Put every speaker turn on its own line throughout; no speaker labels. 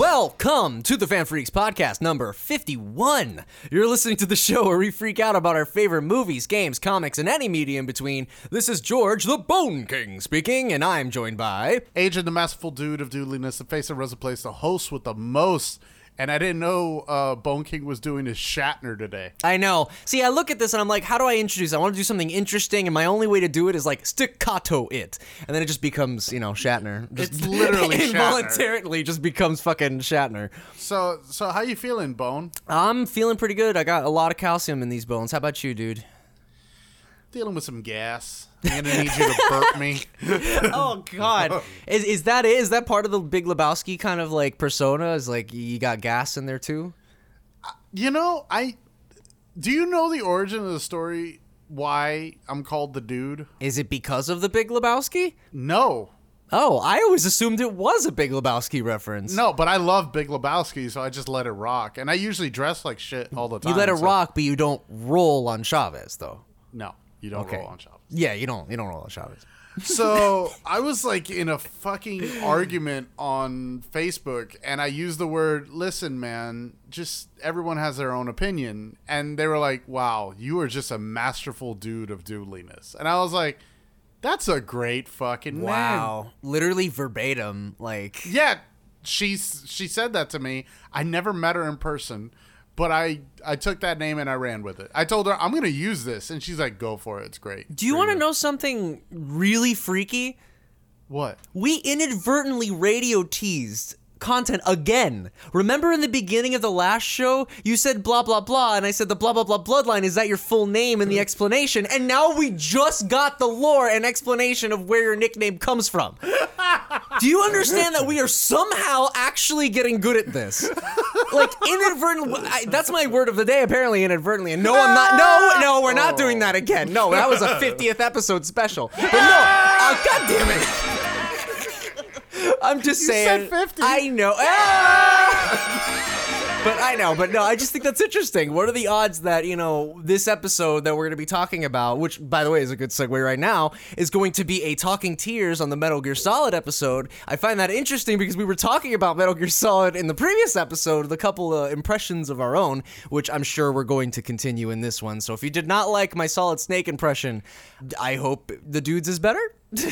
Welcome to the Fan Freaks podcast number 51. You're listening to the show where we freak out about our favorite movies, games, comics, and any media in between. This is George the Bone King speaking, and I'm joined by.
Agent the Masterful Dude of Doodliness, the face of Rosa Place, the host with the most. And I didn't know uh, Bone King was doing his Shatner today.
I know. See, I look at this and I'm like, how do I introduce? I want to do something interesting, and my only way to do it is like staccato it, and then it just becomes, you know, Shatner. Just
It's literally Shatner.
involuntarily just becomes fucking Shatner.
So, so how you feeling, Bone?
I'm feeling pretty good. I got a lot of calcium in these bones. How about you, dude?
Dealing with some gas. I'm gonna need you to burp me.
oh God, is is that it? Is that part of the Big Lebowski kind of like persona? Is like you got gas in there too?
You know, I. Do you know the origin of the story? Why I'm called the dude?
Is it because of the Big Lebowski?
No,
Oh, I always assumed it was a Big Lebowski reference.
no. But I love Big Lebowski, so I just let it rock. And I usually dress like shit all the time.
you let it
so-
rock, but you don't roll on Chavez though.
No, you don't
Okay.
roll on shop.
Yeah, you don't. You don't roll on Chavez.
So I was like in a fucking argument on Facebook, and I used the word "listen, man." Just everyone has their own opinion, and they were like, "Wow, you are just a masterful dude of doodliness," and I was like, "That's a great fucking name."
literally verbatim. Like
Yeah, she she said that to me. I never met her in person, but I I took that name and I ran with it. I told her I'm gonna use this, and she's like, "Go for it. It's great."
Do you want to know something really freaky?
What?
We inadvertently radio teased content again. Remember in the beginning of the last show, you said blah blah blah, and I said the blah blah blah bloodline. Is that your full name and the explanation? And now we just got the lore and explanation of where your nickname comes from. Do you understand that we are somehow actually getting good at this? Like inadvertently, I, that's my word of the day. Apparently, inadvertently, and no, I'm not. No, no, we're not doing that again. No, that was a 50th episode special. But no, uh, God damn it! I'm just saying.
said 50.
I know. Ah! But I know, but no, I just think that's interesting. What are the odds that, you know, this episode that we're going to be talking about, which, by the way, is a good segue right now, is going to be a Talking Tears on the Metal Gear Solid episode? I find that interesting because we were talking about Metal Gear Solid in the previous episode with a couple of impressions of our own, which I'm sure we're going to continue in this one. So if you did not like my Solid Snake impression, I hope the dude's is better.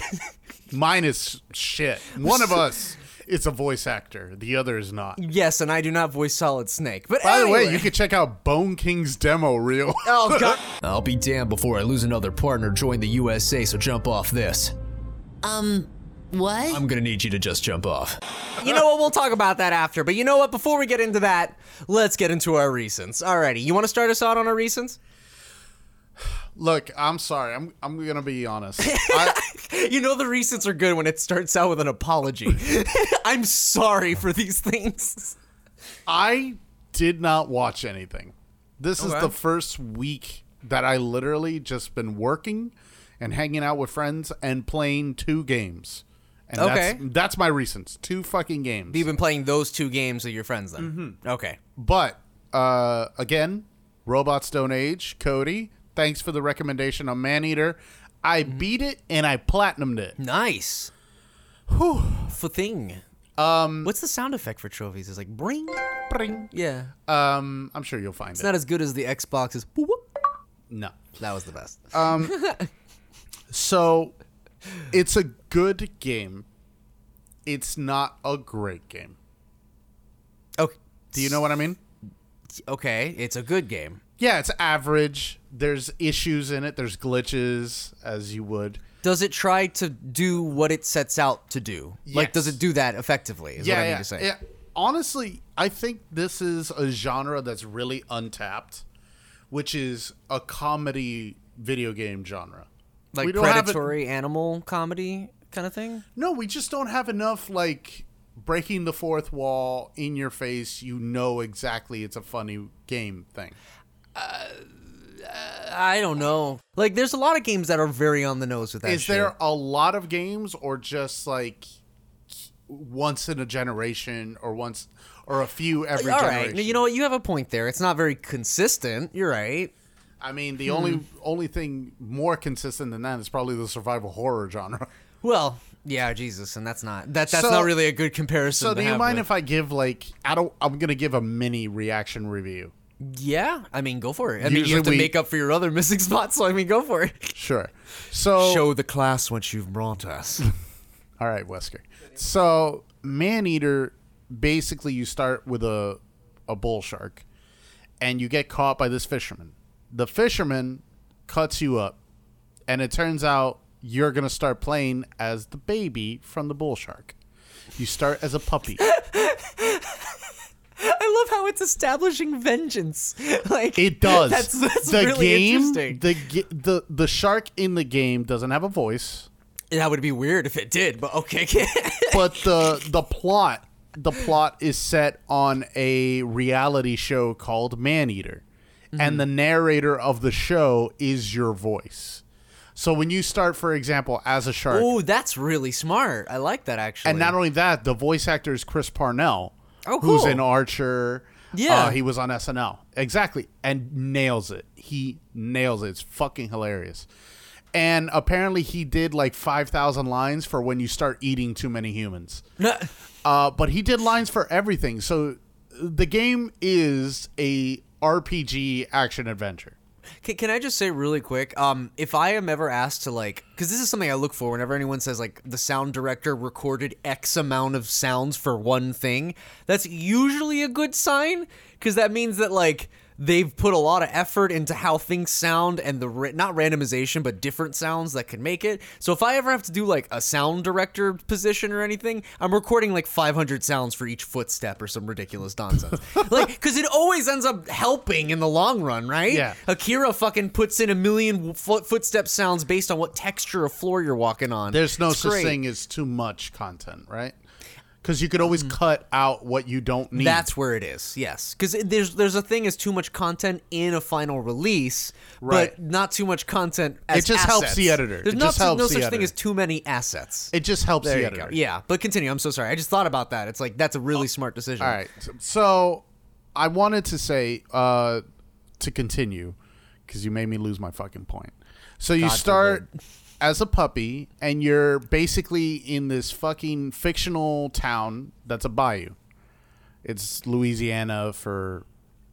Mine is shit. One of us is a voice actor, the other is not.
Yes, and I do not voice Solid Snake. But
By the way,
anyway.
you can check out Bone King's demo reel.
Oh, God.
I'll be damned before I lose another partner join the USA, so jump off this.
What?
I'm gonna need you to just jump off.
you know what? We'll talk about that after. But you know what? Before we get into that, let's get into our recents. Alrighty, you want to start us out on our recents?
Look, I'm sorry. I'm I'm gonna be honest. I,
You know the recents are good when it starts out with an apology. I'm sorry for these things.
I did not watch anything. This is
Okay.
the first week that I literally just been working and hanging out with friends and playing two games. And
Okay.
that's that's my reasons. Two fucking games.
You've been playing those two games with your friends then. Mm-hmm. Okay.
But uh, again, Robot Stone Age, Cody, thanks for the recommendation on Maneater. I beat it and I platinumed it.
Nice. Whew. For thing. Um. What's the sound effect for trophies? It's like bring.
Bring.
Yeah.
Um, I'm sure you'll find
It's
it.
not as good as the Xbox's. whoop, whoop.
no.
That was the best.
Uh, So it's a good game. It's not a great game.
okay.
Do you know what I mean?
Okay. It's a good game.
Yeah, it's average. There's issues in it. There's glitches, as you would.
Does it try to do what it sets out to do? Like, does
Yes.
it do that effectively? Is what I mean to say.
yeah. Honestly, I think this is a genre that's really untapped, which is a comedy video game genre.
Like
We don't have it-
predatory animal comedy kind of thing.
No, we just don't have enough like breaking the fourth wall in your face. You know exactly it's a funny game thing.
I don't know. Like, there's a lot of games that are very on the nose with that.
Is
shit.
there a lot of games or just like once in a generation or once or a few every
All right.
generation?
You know what? You have a point there. It's not very consistent. You're right.
I mean, the only only thing more consistent than that is probably the survival horror genre.
Well, Yeah, Jesus, and that's not that. That's
So-
not really a good comparison. to
So do you
have
mind
with-
if I give like I don't I'm gonna give a mini reaction review.
Yeah, I mean, go for it. I mean, you
Usually
have to
we-
make up for your other missing spots, so I mean, go for it.
Sure. So
the class what you've brought us.
all right, Wesker. So man eater basically you start with a a bull shark and you get caught by this fisherman. The fisherman cuts you up and it turns out you're gonna start playing as the baby from the bull shark. You start as a puppy.
I love how it's establishing vengeance. Like
It does.
That's, that's
the
really
game,
interesting.
The, ga- the the shark in the game doesn't have a voice,
that would be weird if it did, but okay.
but the the plot the plot is set on a reality show called Man Eater, and
Mm-hmm.
the narrator of the show is your voice. So when you start, for example, as a shark,
oh, that's really smart. I like that actually.
and not only that, the voice actor is Chris Parnell,
Oh,
who's
cool.
in Archer.
Yeah.
Uh, he was on SNL exactly, and nails it. He nails it. It's fucking hilarious. And apparently, he did like five thousand lines for when you start eating too many humans.
No-
Uh, but he did lines for everything. So the game is a RPG action adventure.
Can, can I just say really quick? Um, if I am ever asked to like, because this is something I look for whenever anyone says like the sound director recorded X amount of sounds for one thing, that's usually a good sign because that means that like they've put a lot of effort into how things sound and the ra- not randomization but different sounds that can make it. So if I ever have to do like a sound director position or anything, I'm recording like 500 sounds for each footstep or some ridiculous nonsense. like because it always ends up helping in the long run, right?
Yeah.
Akira fucking puts in a million foot footstep sounds based on what texture of floor you're walking on.
There's no
It's
such
great.
thing as too much content, right? Because you could always cut out what you don't need.
Mm. That's where it is. Yes, because there's there's a thing as too much content in a final release,
Right.
but not too much content. As
It just helps
assets.
the editor.
There's
It
not
just
su-
helps
no
the
such thing
editor.
as too many assets.
It just helps
there
the
you
editor. Oh,
go. Yeah, but continue. I'm so sorry. I just thought about that. It's like that's a really smart decision.
All right. So I wanted to say uh, to continue because you made me lose my fucking point. So you start as a puppy and you're basically in this fucking fictional town that's a bayou. It's Louisiana for,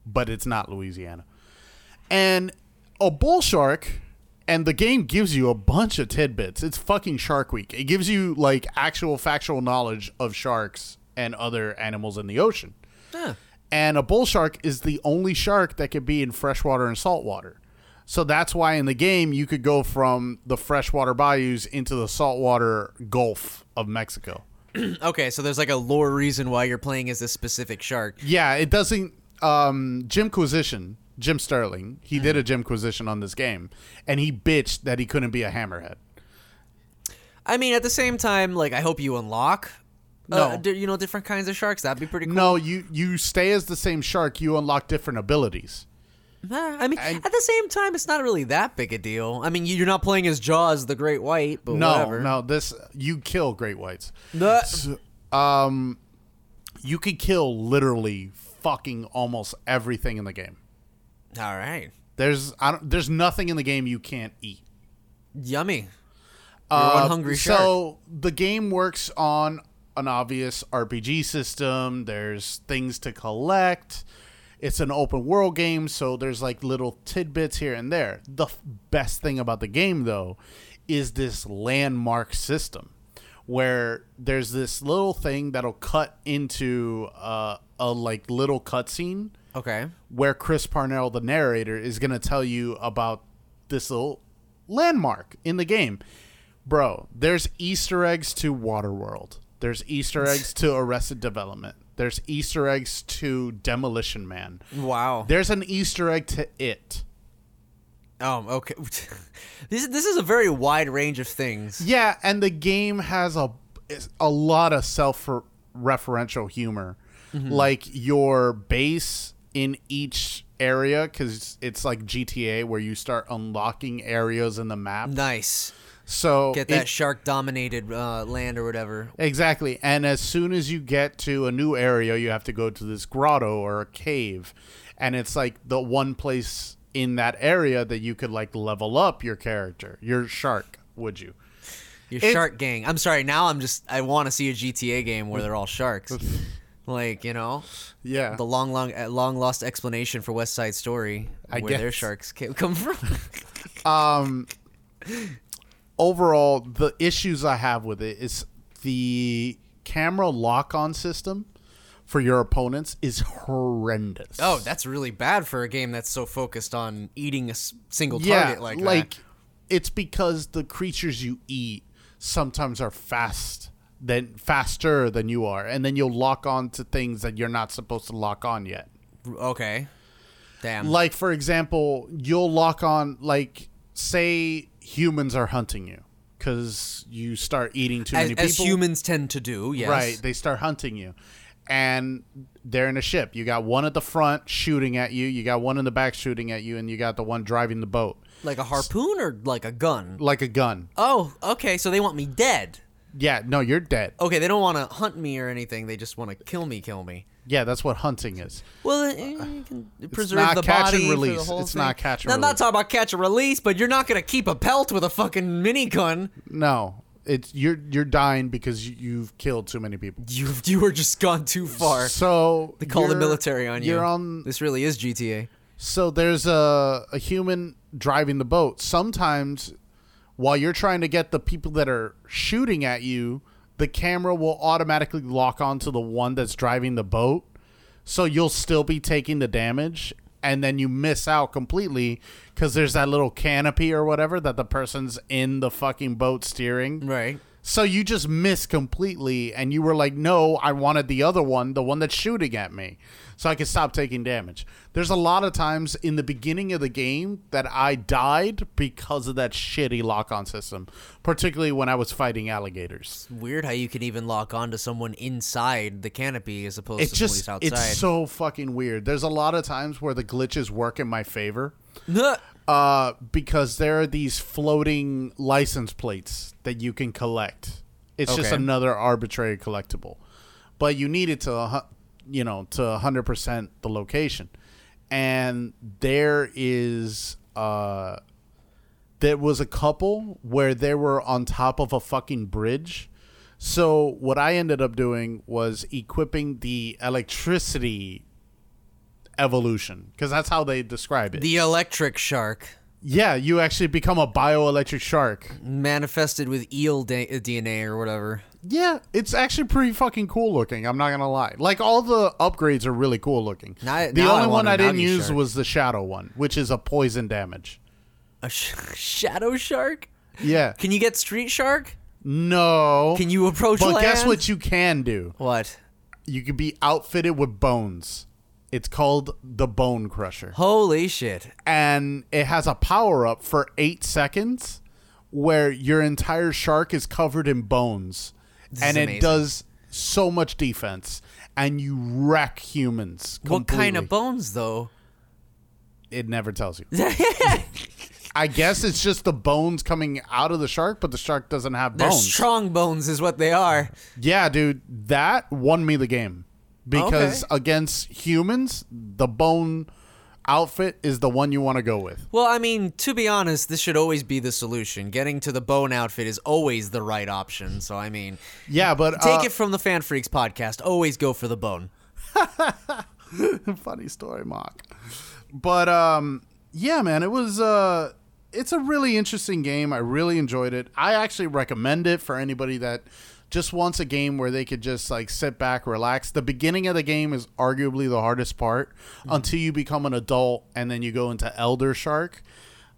but it's not Louisiana. And a bull shark, and the game gives you a bunch of tidbits. It's fucking Shark Week. It gives you like actual factual knowledge of sharks and other animals in the ocean. And a bull shark is the only shark that could be in freshwater and saltwater. So that's why in the game you could go from the freshwater bayous into the saltwater Gulf of Mexico.
Okay, so there's like a lore reason why you're playing as this specific shark.
Yeah, it doesn't. Um, Jimquisition, Jim Sterling, he did
Mm-hmm.
a Jimquisition on this game, and he bitched that he couldn't be a hammerhead.
I mean, at the same time, like I hope you unlock. Uh,
No.
di- you know, different kinds of sharks. That'd be pretty cool.
No, you you stay as the same shark. You unlock different abilities.
Nah, I mean, at the same time, it's not really that big a deal. I mean, you- you're not playing as Jaws the Great White, but
No,
whatever.
no, this you kill great whites. um,
The-
You could kill literally fucking almost everything in the game.
All right,
There's I don't, there's nothing in the game you can't eat.
yummy. You're one hungry shark.
Uh, So the game works on an obvious RPG system. There's things to collect. It's an open world game, so there's like little tidbits here and there. The f- best thing about the game, though, is this landmark system where there's this little thing that'll cut into uh, a like little cutscene
okay,
where Chris Parnell, the narrator, is going to tell you about this little landmark in the game. Bro, there's Easter eggs to Waterworld. There's Easter eggs to Arrested Development. There's Easter eggs to Demolition Man.
wow.
There's an Easter egg to it.
um, okay. this this is a very wide range of things.
Yeah, and the game has a is a lot of self-referential humor,
Mm-hmm.
like your base in each area, because it's like GTA where you start unlocking areas in the map.
Nice.
So
Get
it-
that shark dominated uh, land or whatever.
Exactly. And as soon as you get to a new area, you have to go to this grotto or a cave. And it's like the one place in that area that you could like level up your character, your shark, would you?
Your
It's-
shark gang. I'm sorry. Now I'm just. I want to see a GTA game where they're all sharks. like you know,
Yeah.
the long, long, uh, long lost explanation for West Side Story,
I
where their
guess.
sharks ca- come from.
um overall the issues i have with it is the camera lock-on system for your opponents is horrendous
oh, that's really bad for a game that's so focused on eating a s- single
yeah
target
like,
like that.
it's because the creatures you eat sometimes are fast than faster than you are and then you'll lock on to things that you're not supposed to lock on yet
Okay. Damn.
like for example you'll lock on like say humans are hunting you because you start eating too
as,
many
as
people
humans tend to do, yes.
right they start hunting you and they're in a ship you got one at the front shooting at you you got one in the back shooting at you and you got the one driving the boat
Like a harpoon or like a gun?
like a gun
Oh, okay. So they want me dead.
yeah no you're dead
Okay, they don't want to hunt me or anything. They just want to kill me, kill me.
yeah that's what hunting is
Well, eh, you can preserve
Uh, not
the
catch
body
and
for the
release.
whole
It's
thing.
not catch and
Now, I'm not
release.
talking about catch and release, but you're not gonna keep a pelt with a fucking minigun.
no it's you're you're dying because you- you've killed too many people
You you were just gone too far.
so
They call the
you're-
military on you.
you're on
This really is GTA.
So there's a, a human driving the boat. Sometimes, while you're trying to get the people that are shooting at you, the camera will automatically lock onto the one that's driving the boat. So you'll still be taking the damage, and then you miss out completely because there's that little canopy or whatever that the person's in the fucking boat steering.
Right.
So you just missed completely, and you were like, "No, I wanted the other one, the one that's shooting at me, so I could stop taking damage." There's a lot of times in the beginning of the game that I died because of that shitty lock-on system, particularly when I was fighting alligators.
Weird how you can even lock onto someone inside the canopy as opposed
It's
to
just,
police outside.
it's so fucking weird. There's a lot of times where the glitches work in my favor.
Nuh.
uh, because there are these floating license plates that you can collect. It's just
Okay.
another arbitrary collectible, but you need it to, a hu- you know, to hundred percent the location, and there is uh, there was a couple where they were on top of a fucking bridge. So what I ended up doing was equipping the electricity evolution because that's how they describe it.
the electric shark
Yeah, you actually become a bioelectric shark.
manifested with eel da- uh, DNA or whatever.
Yeah, it's actually pretty fucking cool looking. I'm not gonna lie. Like all the upgrades are really cool looking.
Now-
the
now I
only
want
one I
an
didn't
Nagi
use
shark.
was the shadow one, which is a poison damage.
A sh- shadow shark?
Yeah.
Can you get street shark?
No.
Can you approach
But guess
land?
what you can do?
What?
You can be outfitted with bones. It's called the Bone Crusher.
Holy shit.
and it has a power up for eight seconds where your entire shark is covered in bones and
is
it
amazing.
does so much defense and you wreck humans
What kind of
bone
bones though?
it never tells you i guess it's just the bones coming out of the shark but the shark doesn't have
They're
bones
strong bones is what they are.
yeah dude that won me the game because against humans the bone outfit is the one you want to go with
Well, I mean, to be honest, this should always be the solution. Getting to the bone outfit is always the right option. So I mean,
yeah but
take
uh,
it from the Fan Freaks podcast. Always go for the bone.
funny story mock but um yeah man it was uh it's a really interesting game i really enjoyed it i actually recommend it for anybody that just wants a game where they could just like sit back relax the beginning of the game is arguably the hardest part until you become an adult and then you go into elder shark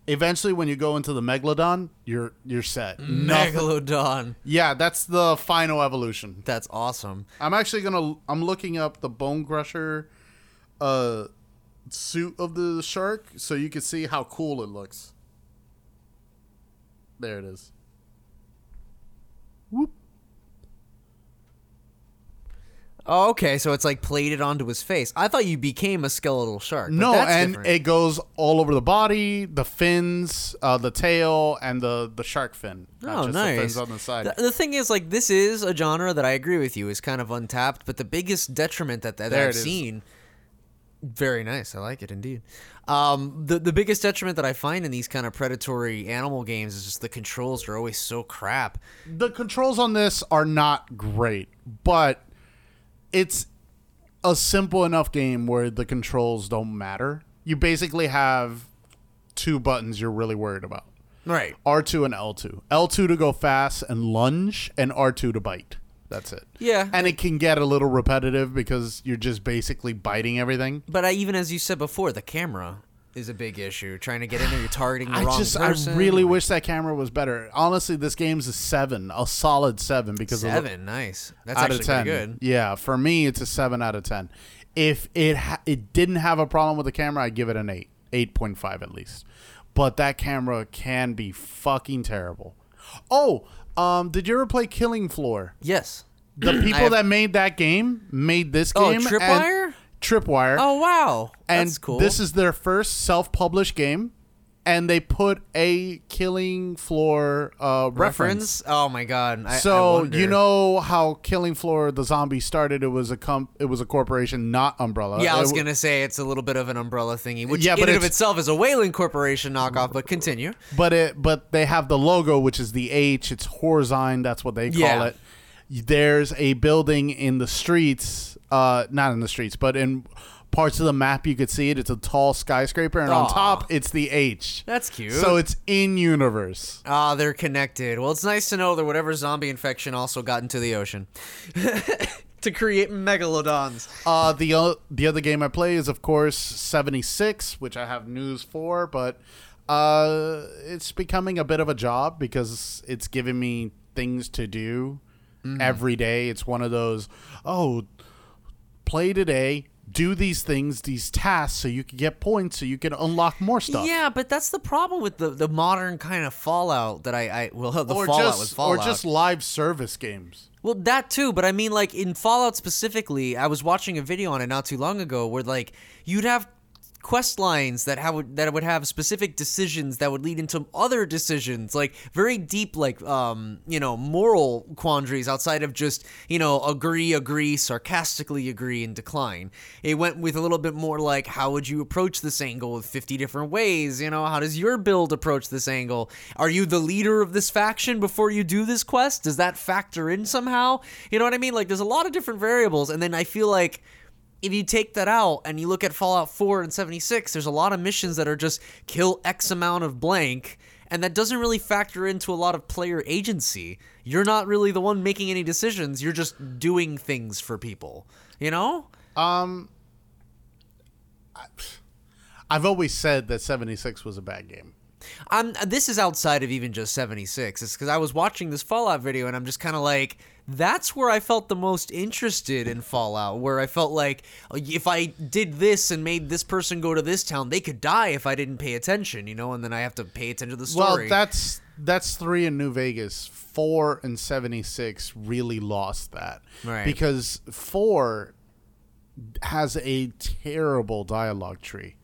eventually when you go into the megalodon you're you're set Nothing-
Megalodon.
yeah that's the final evolution
That's awesome.
I'm actually gonna. I'm looking up the bone crusher, uh, suit of the shark, so you can see how cool it looks. There it is. Whoop.
Oh, okay, so it's like plated onto his face. I thought you became a skeletal shark. but
No,
that's
and
different.
it goes all over the body, the fins, uh, the tail, and the the shark fin. not
Oh,
just
nice.
The fins on the side.
Th- The, thing is, like, this is a genre that I agree with you is kind of untapped, but the biggest detriment that, that
There
I've
it is.
seen Very nice. I like it indeed. Um, the the biggest detriment that I find in these kind of predatory animal games is just the controls are always so crap.
the controls on this are not great, but it's a simple enough game where the controls don't matter. You basically have two buttons you're really worried about.
Right.
R2 and L2. L2 to go fast and lunge and R2 to bite. That's it.
Yeah.
And it can get a little repetitive because you're just basically biting everything.
But I, even as you said before, the camera is a big issue. Trying to get in there, you're targeting the
I
wrong
just
person.
I really wish that camera was better. Honestly, this game's a 7, a solid 7 because of the,
seven. Nice. That's actually pretty good.
Yeah, for me, it's a seven out of ten. If it ha- it didn't have a problem with the camera, I'd give it an eight, eight point five at least. But that camera can be fucking terrible. Oh, um, did you ever play Killing Floor?
Yes.
The people
have-
that made that game made this
Oh,
game. and-
Tripwire?
Tripwire.
Oh wow.
and
That's cool.
this is their first self-published game, and they put a Killing Floor uh, reference
reference. Oh my god. I, I
so
wonder.
you know how Killing Floor the zombie started? It was a com- it was a corporation, not Umbrella.
Yeah, I
It
was
uh, w-
gonna say it's a little bit of an umbrella thingy, which
Yeah,
in
but
and of
it's-
itself is a Wayland Corporation knockoff. But continue.
But it but they have the logo, which is the H. It's Horzine. That's what they call
Yeah.
it. There's a building in the streets, uh, not in the streets, but in parts of the map you could see it. It's a tall skyscraper, and on
Aw.
top it's the H.
That's cute.
So it's in universe.
Ah, they're connected. Well, it's nice to know that whatever zombie infection also got into the ocean to create megalodons.
Uh, the o- the other game I play is of course 76, which I have news for, but uh, it's becoming a bit of a job because it's giving me things to do every day. It's one of those oh, play today, do these things, these tasks, so you can get points, so you can unlock more stuff.
Yeah, but that's the problem with the, the modern kind of Fallout that I, I well the
Or
Fallout was
just or
Fallout.
just live service games.
Well, that too, but I mean, like in Fallout specifically, I was watching a video on it not too long ago where like you'd have quest lines that have that would have specific decisions that would lead into other decisions, like very deep, like um, you know, moral quandaries outside of just you know agree, agree, sarcastically agree, and decline. It went with a little bit more like how would you approach this angle with fifty different ways, you know, how does your build approach this angle? Are you the leader of this faction before you do this quest? Does that factor in somehow? You know what I mean? Like, there's a lot of different variables, and then I feel like if you take that out and you look at Fallout 4 and 76, there's a lot of missions that are just kill X amount of blank, and that doesn't really factor into a lot of player agency. You're not really the one making any decisions, you're just doing things for people, you know?
I've always said that 76 was a bad game.
I'm this is outside of even just 76. It's cuz I was watching this Fallout video and I'm just kind of like that's where I felt the most interested in Fallout, where I felt like oh, if I did this and made this person go to this town, they could die if I didn't pay attention, you know, and then I have to pay attention to the story.
Well, that's that's three in New Vegas. Four and seventy six really lost that
Right.
because four has a terrible dialogue tree.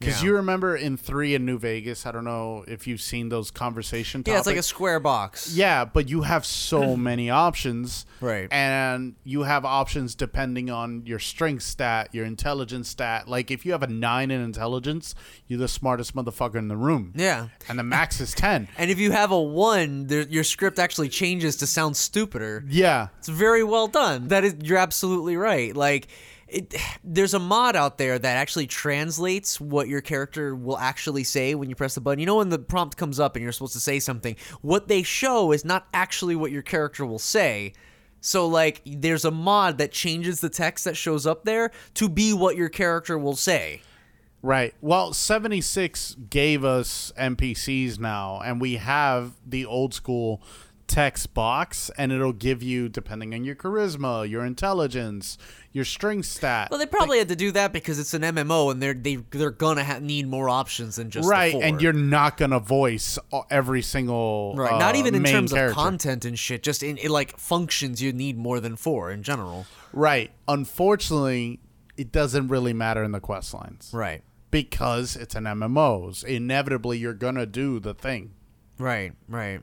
Because
Yeah.
you remember in three in New Vegas, I don't know if you've seen those conversation. Topics.
yeah, it's like a square box.
Yeah, but you have so many options.
Right.
And you have options depending on your strength stat, your intelligence stat. Like if you have a nine in intelligence, you're the smartest motherfucker in the room.
Yeah.
And the max is ten.
And if you have a 1, there, your script actually changes to sound stupider.
Yeah.
It's very well done. That is, you're absolutely right. Like, it, there's a mod out there that actually translates what your character will actually say when you press the button. You know, when the prompt comes up and you're supposed to say something, what they show is not actually what your character will say. So, like, there's a mod that changes the text that shows up there to be what your character will say.
Right. Well, 76 gave us NPCs now, and we have the old school text box, and it'll give you, depending on your charisma, your intelligence, your strength stat.
Well, they probably had to do that because it's an MMO and they're they, they're gonna ha- need more options than just the
right,
four.
and you're not going to voice uh, every single.
Right.
uh,
Not even in
main
terms
character.
of content and shit, just in it, like functions you need more than four in general.
Right. Unfortunately, it doesn't really matter in the quest lines
Right.
because it's an MMOs. Inevitably, you're going to do the thing.
Right, right.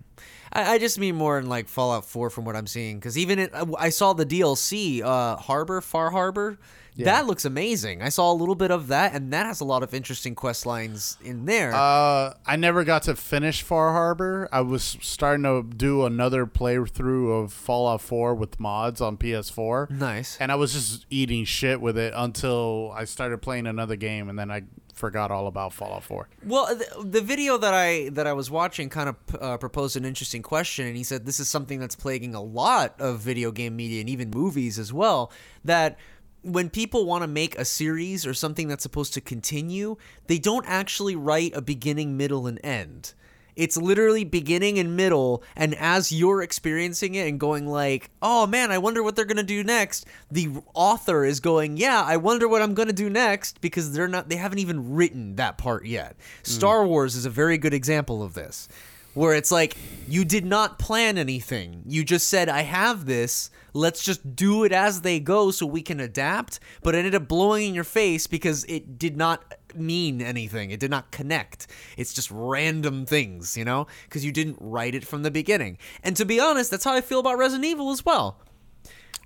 I, I just mean more in like Fallout 4 from what I'm seeing because even it, I, I saw the DLC uh, Harbor Far Harbor. That looks amazing. I saw a little bit of that, and that has a lot of interesting quest lines in there.
Uh, I never got to finish Far Harbor. I was starting to do another playthrough of Fallout 4 with mods on PS4.
Nice.
And I was just eating shit with it until I started playing another game, and then I forgot all about Fallout 4.
Well, the, the video that I that I was watching kind of uh, proposed an interesting question, and he said this is something that's plaguing a lot of video game media and even movies as well. That when people want to make a series or something that's supposed to continue, they don't actually write a beginning, middle, and end. It's literally beginning and middle, and as you're experiencing it and going like, "Oh man, I wonder what they're gonna do next," the author is going, "Yeah, I wonder what I'm gonna do next," because they're not, they haven't even written that part yet. Star Wars is a very good example of this, where it's like you did not plan anything. You just said, "I have this. Let's just do it as they go, so we can adapt." But it ended up blowing in your face because it did not mean anything. It did not connect. It's just random things, you know, because you didn't write it from the beginning. And to be honest, that's how I feel about Resident Evil as well.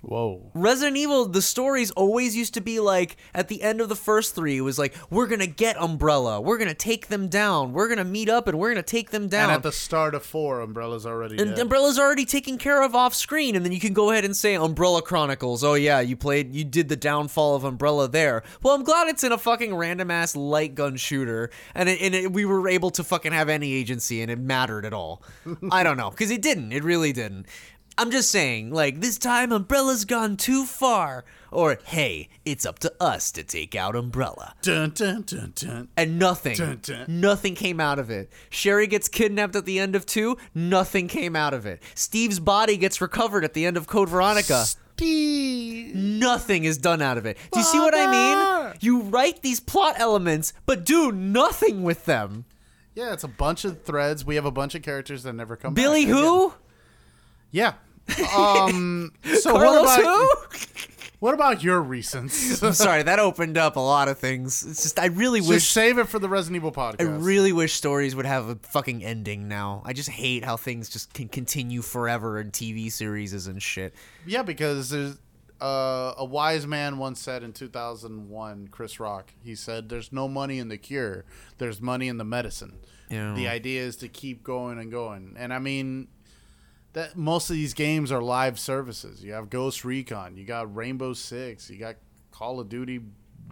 Whoa.
Resident Evil, the stories always used to be like at the end of the first three, it was like, we're gonna get Umbrella, we're gonna take them down, we're gonna meet up and we're gonna take them down.
And at the start of 4, Umbrella's already
And
dead.
Umbrella's already taken care of off screen, and then you can go ahead and say Umbrella Chronicles. Oh yeah, you played, you did the downfall of Umbrella there. Well, I'm glad it's in a fucking random ass light gun shooter, and it, and it, we were able to fucking have any agency, and it mattered at all. I don't know, because it didn't. It really didn't. I'm just saying, like this time, Umbrella's gone too far. Or hey, it's up to us to take out Umbrella
Dun, dun, dun, dun.
and nothing
Dun, dun.
nothing came out of it sherry gets kidnapped at the end of two nothing came out of it steve's body gets recovered at the end of code veronica
Steve.
nothing is done out of it do you see what i mean
Father!
you write these plot elements but do nothing with them
Yeah, it's a bunch of threads. We have a bunch of characters that never come
billy
back.
who
Yeah. Um, so what
carlos
about
who
what about your reasons?
i'm sorry that opened up a lot of things it's just i really
Just
wish
save it for the Resident Evil podcast.
I really wish stories would have a fucking ending now. I just hate how things just can continue forever in TV series and shit.
Yeah, because there's uh, a wise man once said in 2001, Chris Rock. He said, "There's no money in the cure. There's money in the medicine."
Yeah.
The idea is to keep going and going. And I mean, that most of these games are live services. You have Ghost Recon. You got Rainbow Six. You got Call of Duty,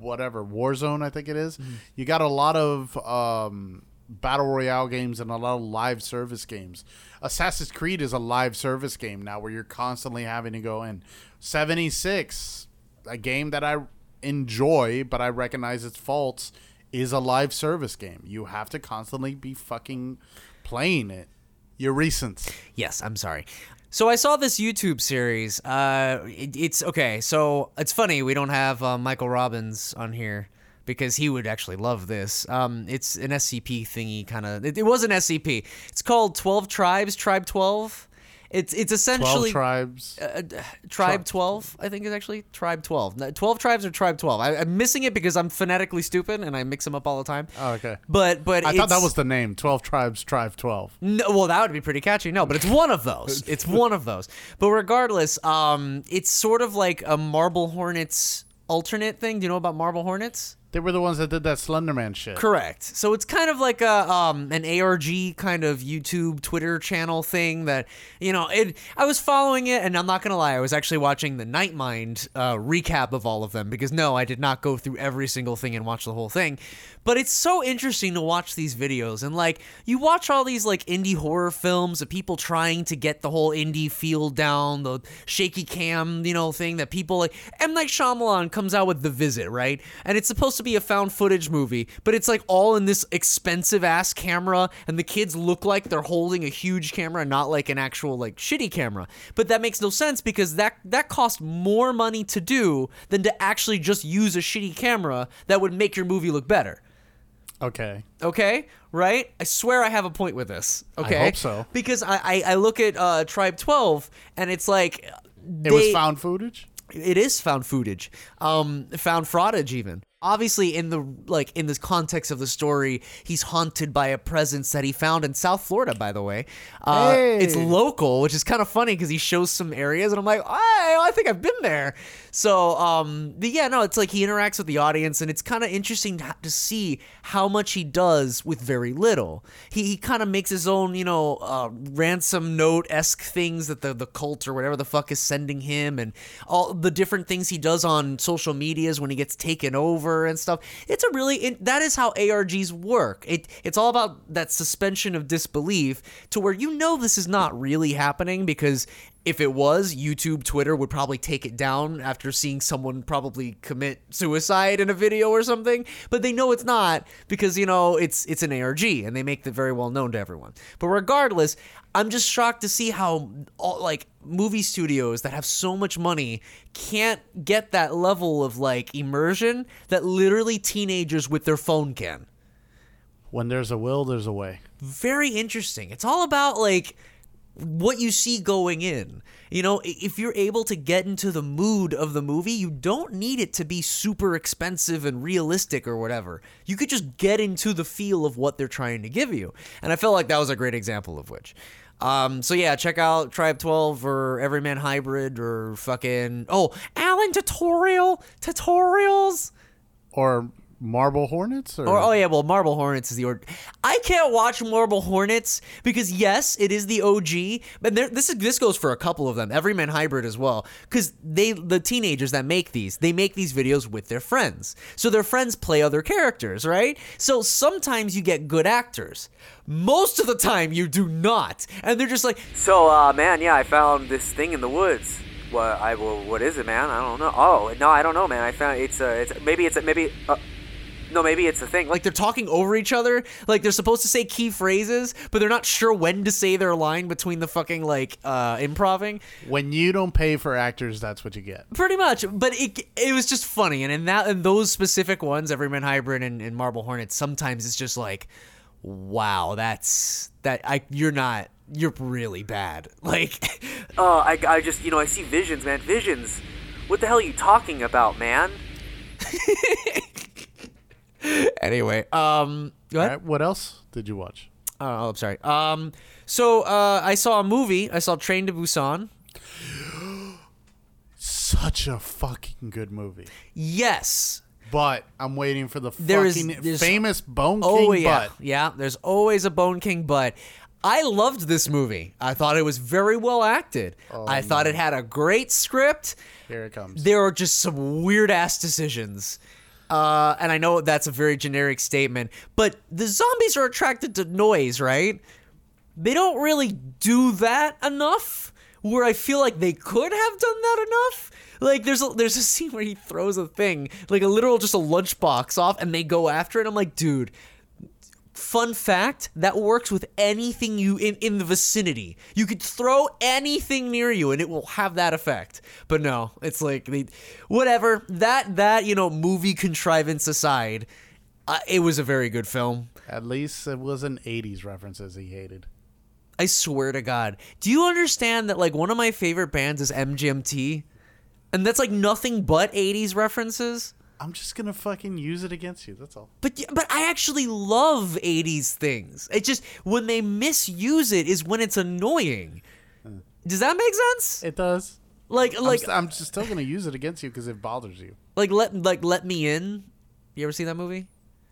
whatever Warzone, I think it is. You got a lot of um, battle royale games and a lot of live service games. Assassin's Creed is a live service game now, where you're constantly having to go in. Seventy six, a game that I enjoy, but I recognize its faults, is a live service game. You have to constantly be fucking playing it. Your recents.
Yes, I'm sorry. So I saw this YouTube series. Uh, it, it's okay. So it's funny we don't have uh, Michael Robbins on here because he would actually love this. Um, it's an SCP thingy kind of. It, it was an SCP. It's called Twelve Tribes, Tribe Twelve. It's it's
12
essentially
tribes.
uh, d- Tribe 12, I think is actually Tribe 12. No, 12 tribes or Tribe 12. I, I'm missing it because I'm phonetically stupid and I mix them up all the time.
Oh, okay.
But but
I thought that
it's-
was the name 12 tribes, tribe 12.
No, well, that would be pretty catchy. No, but it's one of those. It's one of those. But regardless, um, it's sort of like a Marble Hornets alternate thing. Do you know about Marble Hornets?
They were the ones that did that Slenderman shit.
Correct. So it's kind of like a um, an ARG kind of YouTube, Twitter channel thing that you know. It. I was following it, and I'm not gonna lie, I was actually watching the Nightmind uh, recap of all of them because no, I did not go through every single thing and watch the whole thing. But it's so interesting to watch these videos, and like you watch all these like indie horror films of people trying to get the whole indie feel down, the shaky cam, you know, thing that people like. M Night Shyamalan comes out with The Visit, right? And it's supposed to be a found footage movie, but it's like all in this expensive ass camera, and the kids look like they're holding a huge camera, and not like an actual like shitty camera. But that makes no sense because that that cost more money to do than to actually just use a shitty camera that would make your movie look better.
Okay.
Okay, right? I swear I have a point with this. Okay,
hope so.
Because I I, I look at uh, Tribe Twelve, and it's like
It was
they-
found footage?
it is found footage, um, found fraudage even. obviously in the like in this context of the story, he's haunted by a presence that he found in South Florida. By the way, uh, it's
Hey.
local, which is kind of funny because he shows some areas, and I'm like, I, I think I've been there. So, um, but yeah, no, it's like he interacts with the audience, and it's kind of interesting to to see how much he does with very little. He, he kind of makes his own, you know, uh, ransom note esque things that the the cult or whatever the fuck is sending him, and all the different things he does on social medias when he gets taken over and stuff. It's a really in, that is how ARGs work. It it's all about that suspension of disbelief to where you know this is not really happening because if it was, YouTube, Twitter would probably take it down after seeing someone probably commit suicide in a video or something. But they know it's not because you know it's it's an ARG and they make it very well known to everyone. But regardless, I'm just shocked to see how all, like movie studios that have so much money can't get that level of like immersion that literally teenagers with their phone can
When there's a will, there's a way.
very interesting. It's all about like what you see going in. You know, i- if you're able to get into the mood of the movie, you don't need it to be super expensive and realistic or whatever. You could just get into the feel of what they're trying to give you. And I felt like that was a great example of which. Um, so yeah, check out Tribe 12 or Everyman Hybrid or fucking oh, Alan tutorial tutorials.
Or marble hornets? Or,
Or oh yeah, well Marble Hornets is the or I can't watch Marble Hornets because yes, it is the OG, but there, this is this goes for a couple of them. Everyman Hybrid as well, because they the teenagers that make these they make these videos with their friends, so their friends play other characters, right? So sometimes you get good actors. Most of the time you do not, and they're just like,
So, uh, man, yeah, I found this thing in the woods. What I well, what is it, man? I don't know. Oh, no, I don't know, man. I found it's a, it's maybe it's a maybe. Uh, no, maybe it's a thing.
like they're talking over each other like they're supposed to say key phrases but they're not sure when to say their line between the fucking like uh improving
When you don't pay for actors, that's what you get.
pretty much but it it was just funny and in that in those specific ones everyman hybrid and, and marble hornets sometimes it's just like wow that's that i you're not you're really bad like
Uh, I, I just, you know, I see visions, man. Visions. What the hell are you talking about, man?
anyway um go ahead.
All right, what else did you watch?
oh i'm sorry um so uh i saw a movie i saw train to busan
Such a fucking good movie.
yes
But I'm waiting for the
There is-
fucking
there's-
famous Bone King
Oh yeah,
butt.
yeah. There's always a Bone King butt. I loved this movie. I thought it was very well acted.
Oh,
I thought it had a great script.
Here it comes.
There are just some weird ass decisions. Uh, and I know that's a very generic statement, but the zombies are attracted to noise, right? They don't really do that enough. Where I feel like they could have done that enough. Like there's a, there's a scene where he throws a thing, like a literal just a lunchbox off, and they go after it. I'm like, dude, fun fact that works with anything you in, in the vicinity you could throw anything near you and it will have that effect but no it's like they, whatever that that you know movie contrivance aside uh, it was a very good film
At least it was an 80s references he hated.
i swear to god do you understand that like one of my favorite bands is mgmt and that's like nothing but 80s references
I'm just going to fucking use it against you. That's all.
But y- but I actually love 80s things. It just when they misuse it is when it's annoying. Does that make sense?
It does.
Like
Like, I'm,
like
st- I'm just still going to use it against you because it bothers you.
like let like let me in. You ever seen that movie?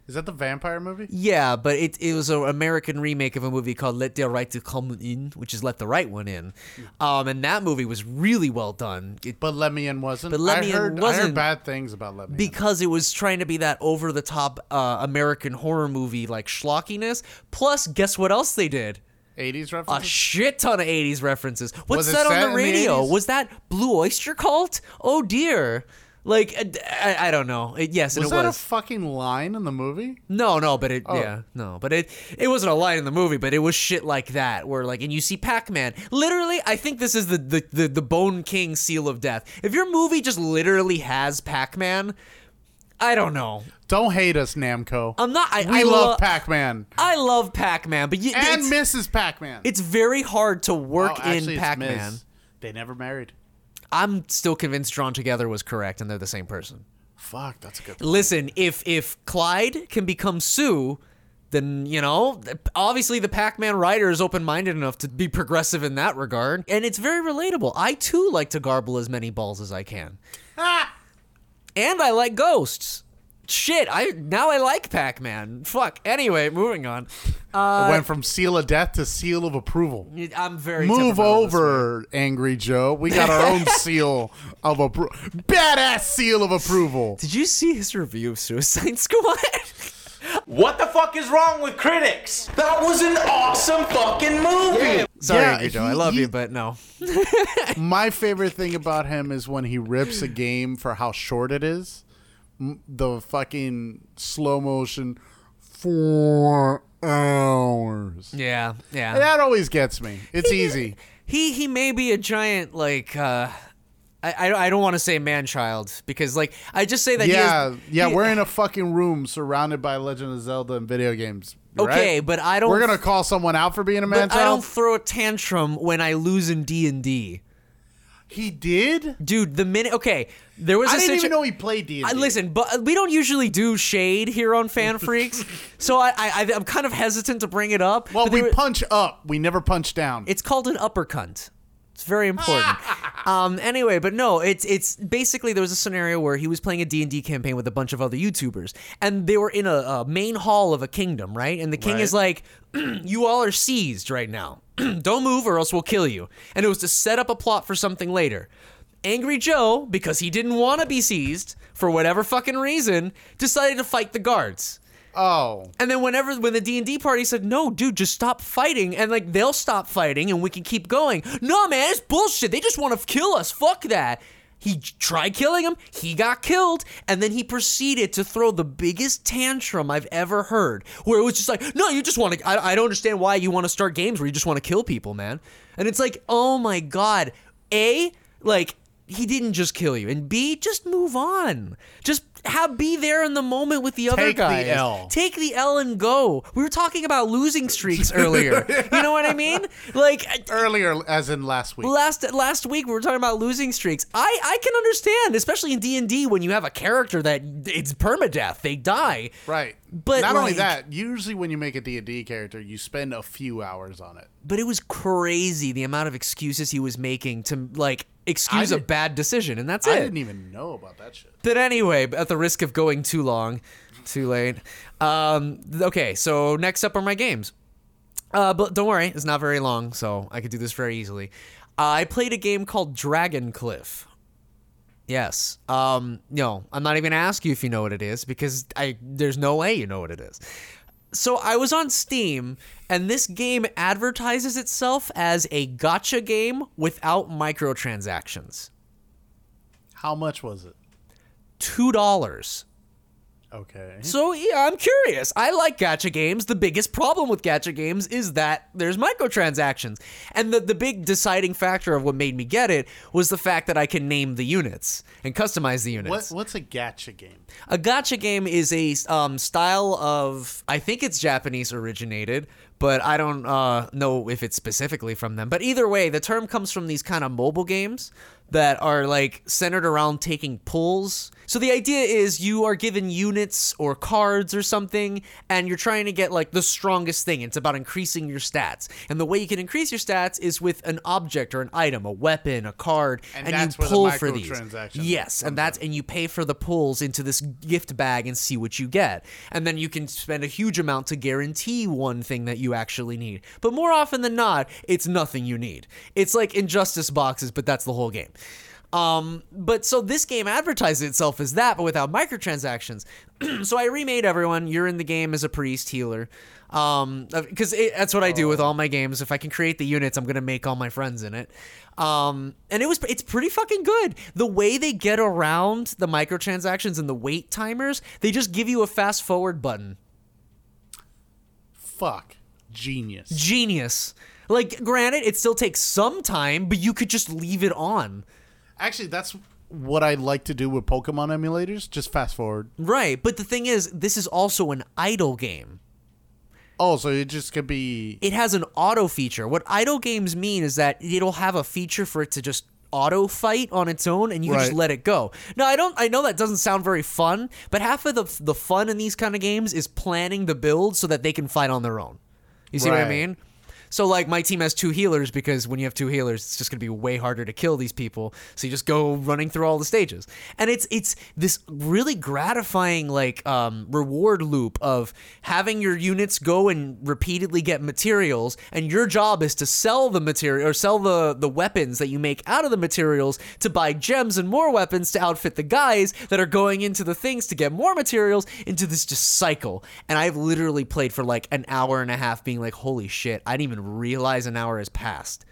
Is that the vampire movie?
Yeah, but it it was an American remake of a movie called Let the Right to Come In, which is Let the Right One In. Um and that movie was really well done. It
But Let Me In wasn't.
But Let
I
Me In
heard, I
wasn't-
heard bad things about Let Me In.
because it was trying to be that over the top uh, American horror movie like schlockiness. Plus, guess what else they did?
80s
a
references?
shit ton of 80s references. What's
Was it
that
set
on the
in the
radio?
80s?
was that Blue Oyster Cult? Oh dear. Like I, I- I don't know. It, yes, and
was
it
that
was.
a Oh. fucking line in the movie?
no, no, but it yeah, no, but it it wasn't a line in the movie, but it was shit like that where like and you see Pac-Man. Literally, I think this is the the the, the Bone King seal of death. If your movie just literally has Pac-Man, I don't know.
Don't hate us, Namco.
I'm not I
we
I
love
lo-
Pac Man.
I love Pac-Man, but you,
And Oh,
it's,
Mrs. Pac Man.
it's very hard to work in Pac-Man.
They never married.
I'm still convinced Drawn Together was correct and they're the same person.
Fuck, that's a good.
Listen, if if Clyde can become Sue, then you know th- obviously the Pac-Man writer is open-minded enough to be progressive in that regard, and it's very relatable. I too like to garble as many balls as I can,
Ah!
and I like ghosts. Shit, I now I like Pac-Man. Fuck. Anyway, moving on. Uh,
It went from seal of death to seal of approval.
I'm very
Move
temperamental this way.
over, Angry Joe. We got our own seal of approval. Badass seal of approval.
Did you see his review of Suicide Squad?
What the fuck is wrong with critics? That was an awesome fucking movie.
Sorry,
Yeah,
Angry Joe,
he-
I love
he-
you, but no.
My favorite thing about him is when he rips a game for how short it is. M- The fucking slow motion four hours.
Yeah, yeah.
That always gets me. It's easy.
Mm-hmm. he he may be a giant like uh I, I, I don't want to say man child because like I just say that he
Yeah,
is-
yeah.
he-
We're in a fucking room surrounded by Legend of Zelda and video games. right?
okay, but I don't
we're gonna call someone out for being a man
but I don't
child.
throw a tantrum when I lose in D and D,
He did.
dude. The minute okay, there was
I
a
didn't
situ-
even know he played D.
I, listen, but uh, we don't usually do shade here on Fan Freaks, so I, I I- I'm kind of hesitant to bring it up.
Well,
but there
we
were-
punch up. We never punch down.
It's called an uppercut. It's very important. um, anyway, but no, it's it's basically there was a scenario where he was playing a D and D campaign with a bunch of other YouTubers, and they were in a, a main hall of a kingdom, right? And the king is like, "You all are seized right now. Don't move, or else we'll kill you." And it was to set up a plot for something later. Angry Joe, because he didn't want to be seized for whatever fucking reason, decided to fight the guards.
oh,
And then whenever when the D and D party said, "No, dude, just stop fighting," and like they'll stop fighting and we can keep going. No, man, it's bullshit. They just want to kill us. Fuck that. He j- tried killing him. He got killed, and then he proceeded to throw the biggest tantrum I've ever heard. Where it was just like, "No, you just want to. I, I don't understand why you want to start games where you just want to kill people, man." And it's like, oh my god, a like he didn't just kill you, and b just move on. Just have be there in the moment with the other
Take the
guys
L.
take the L and go. We were talking about losing streaks earlier. You know what I mean? Like I-
earlier, as in last week.
last last week we were talking about losing streaks. I I can understand, especially in D&D when you have a character that it's permadeath. They die.
Right.
But,
not only
like-
that, usually when you make a D&D character, you spend a few hours on it.
But it was crazy the amount of excuses he was making to like excuse a
did-
bad decision and that's
I
it.
didn't even know about that shit.
But anyway, at the risk of going too long, too late. Um, okay, so next up are my games. Uh, but don't worry, it's not very long, so I could do this very easily. Uh, I played a game called Dragon Cliff. Yes. Um, no, I'm not even gonna ask you if you know what it is because I there's no way you know what it is. So I was on Steam, and this game advertises itself as a gotcha game without microtransactions.
How much was it?
Two dollars.
Okay.
So yeah, I'm curious. I like gacha games. The biggest problem with gacha games is that there's microtransactions. And the, the big deciding factor of what made me get it was the fact that I can name the units and customize the units.
What what's a gacha game?
A gacha game is a um, style of, I think it's Japanese originated, but I don't uh, know if it's specifically from them. But either way, the term comes from these kind of mobile games that are like centered around taking pulls. So the idea is you are given units or cards or something, and you're trying to get like the strongest thing. It's about increasing your stats. And the way you can increase your stats is with an object or an item, a weapon, a card,
And
and,
that's
you
where the
pull for these.
microtransactions
Yes, and that's and you pay for the pulls into this gift bag and see what you get. And then you can spend a huge amount to guarantee one thing that you actually need. But more often than not, it's nothing you need. It's like injustice boxes, but that's the whole game. Um, but so this game advertises itself as that, but without microtransactions. so I remade everyone. You're in the game as a priest healer, um, because that's what I do with all my games. If I can create the units, I'm gonna make all my friends in it. Um, and it was it's pretty fucking good. The way they get around the microtransactions and the wait timers, they just give you a fast forward button.
Fuck. Genius.
Genius. Like, granted, it still takes some time, but you could just leave it on.
Actually, that's what I like to do with Pokemon emulators. Just fast forward.
Right, but the thing is, this is also an idle game.
Oh, so it just could be
it has an auto feature. What idle games mean is that it'll have a feature for it to just auto fight on its own and you can just
Right.
let it go. Now I don't I know that doesn't sound very fun, but half of the the fun in these kind of games is planning the build so that they can fight on their own. You see what I
Right.
mean? So like my team has two healers because when you have two healers, it's just gonna be way harder to kill these people. So you just go running through all the stages, and it's it's this really gratifying like um, reward loop of having your units go and repeatedly get materials, and your job is to sell the material or sell the the weapons that you make out of the materials to buy gems and more weapons to outfit the guys that are going into the things to get more materials into this just cycle. And I've literally played for like an hour and a half being like, holy shit, I didn't even realize an hour has passed.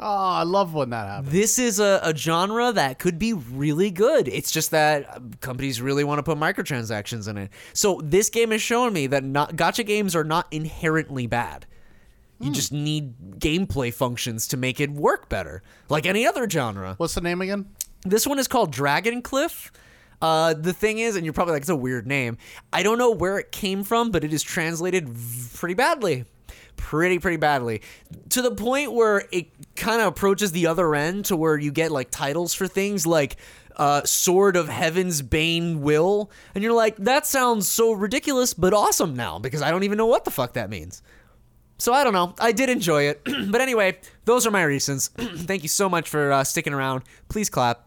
Oh, I love when that happens.
This is a, a genre that could be really good. It's just that um, companies really want to put microtransactions in it. So this game has shown me that not, gotcha games are not inherently bad. You just need gameplay functions to make it work better, like any other genre.
What's the name again?
This one is called Dragon Cliff. Uh, the thing is, and you're probably like, it's a weird name. I don't know where it came from, but it is translated v- pretty badly. Pretty, pretty badly. To the point where it kind of approaches the other end to where you get like titles for things like uh, Sword of Heaven's Bane Will. And you're like, that sounds so ridiculous, but awesome now because I don't even know what the fuck that means. So I don't know. I did enjoy it. but anyway, those are my reasons. Thank you so much for uh, sticking around. Please clap.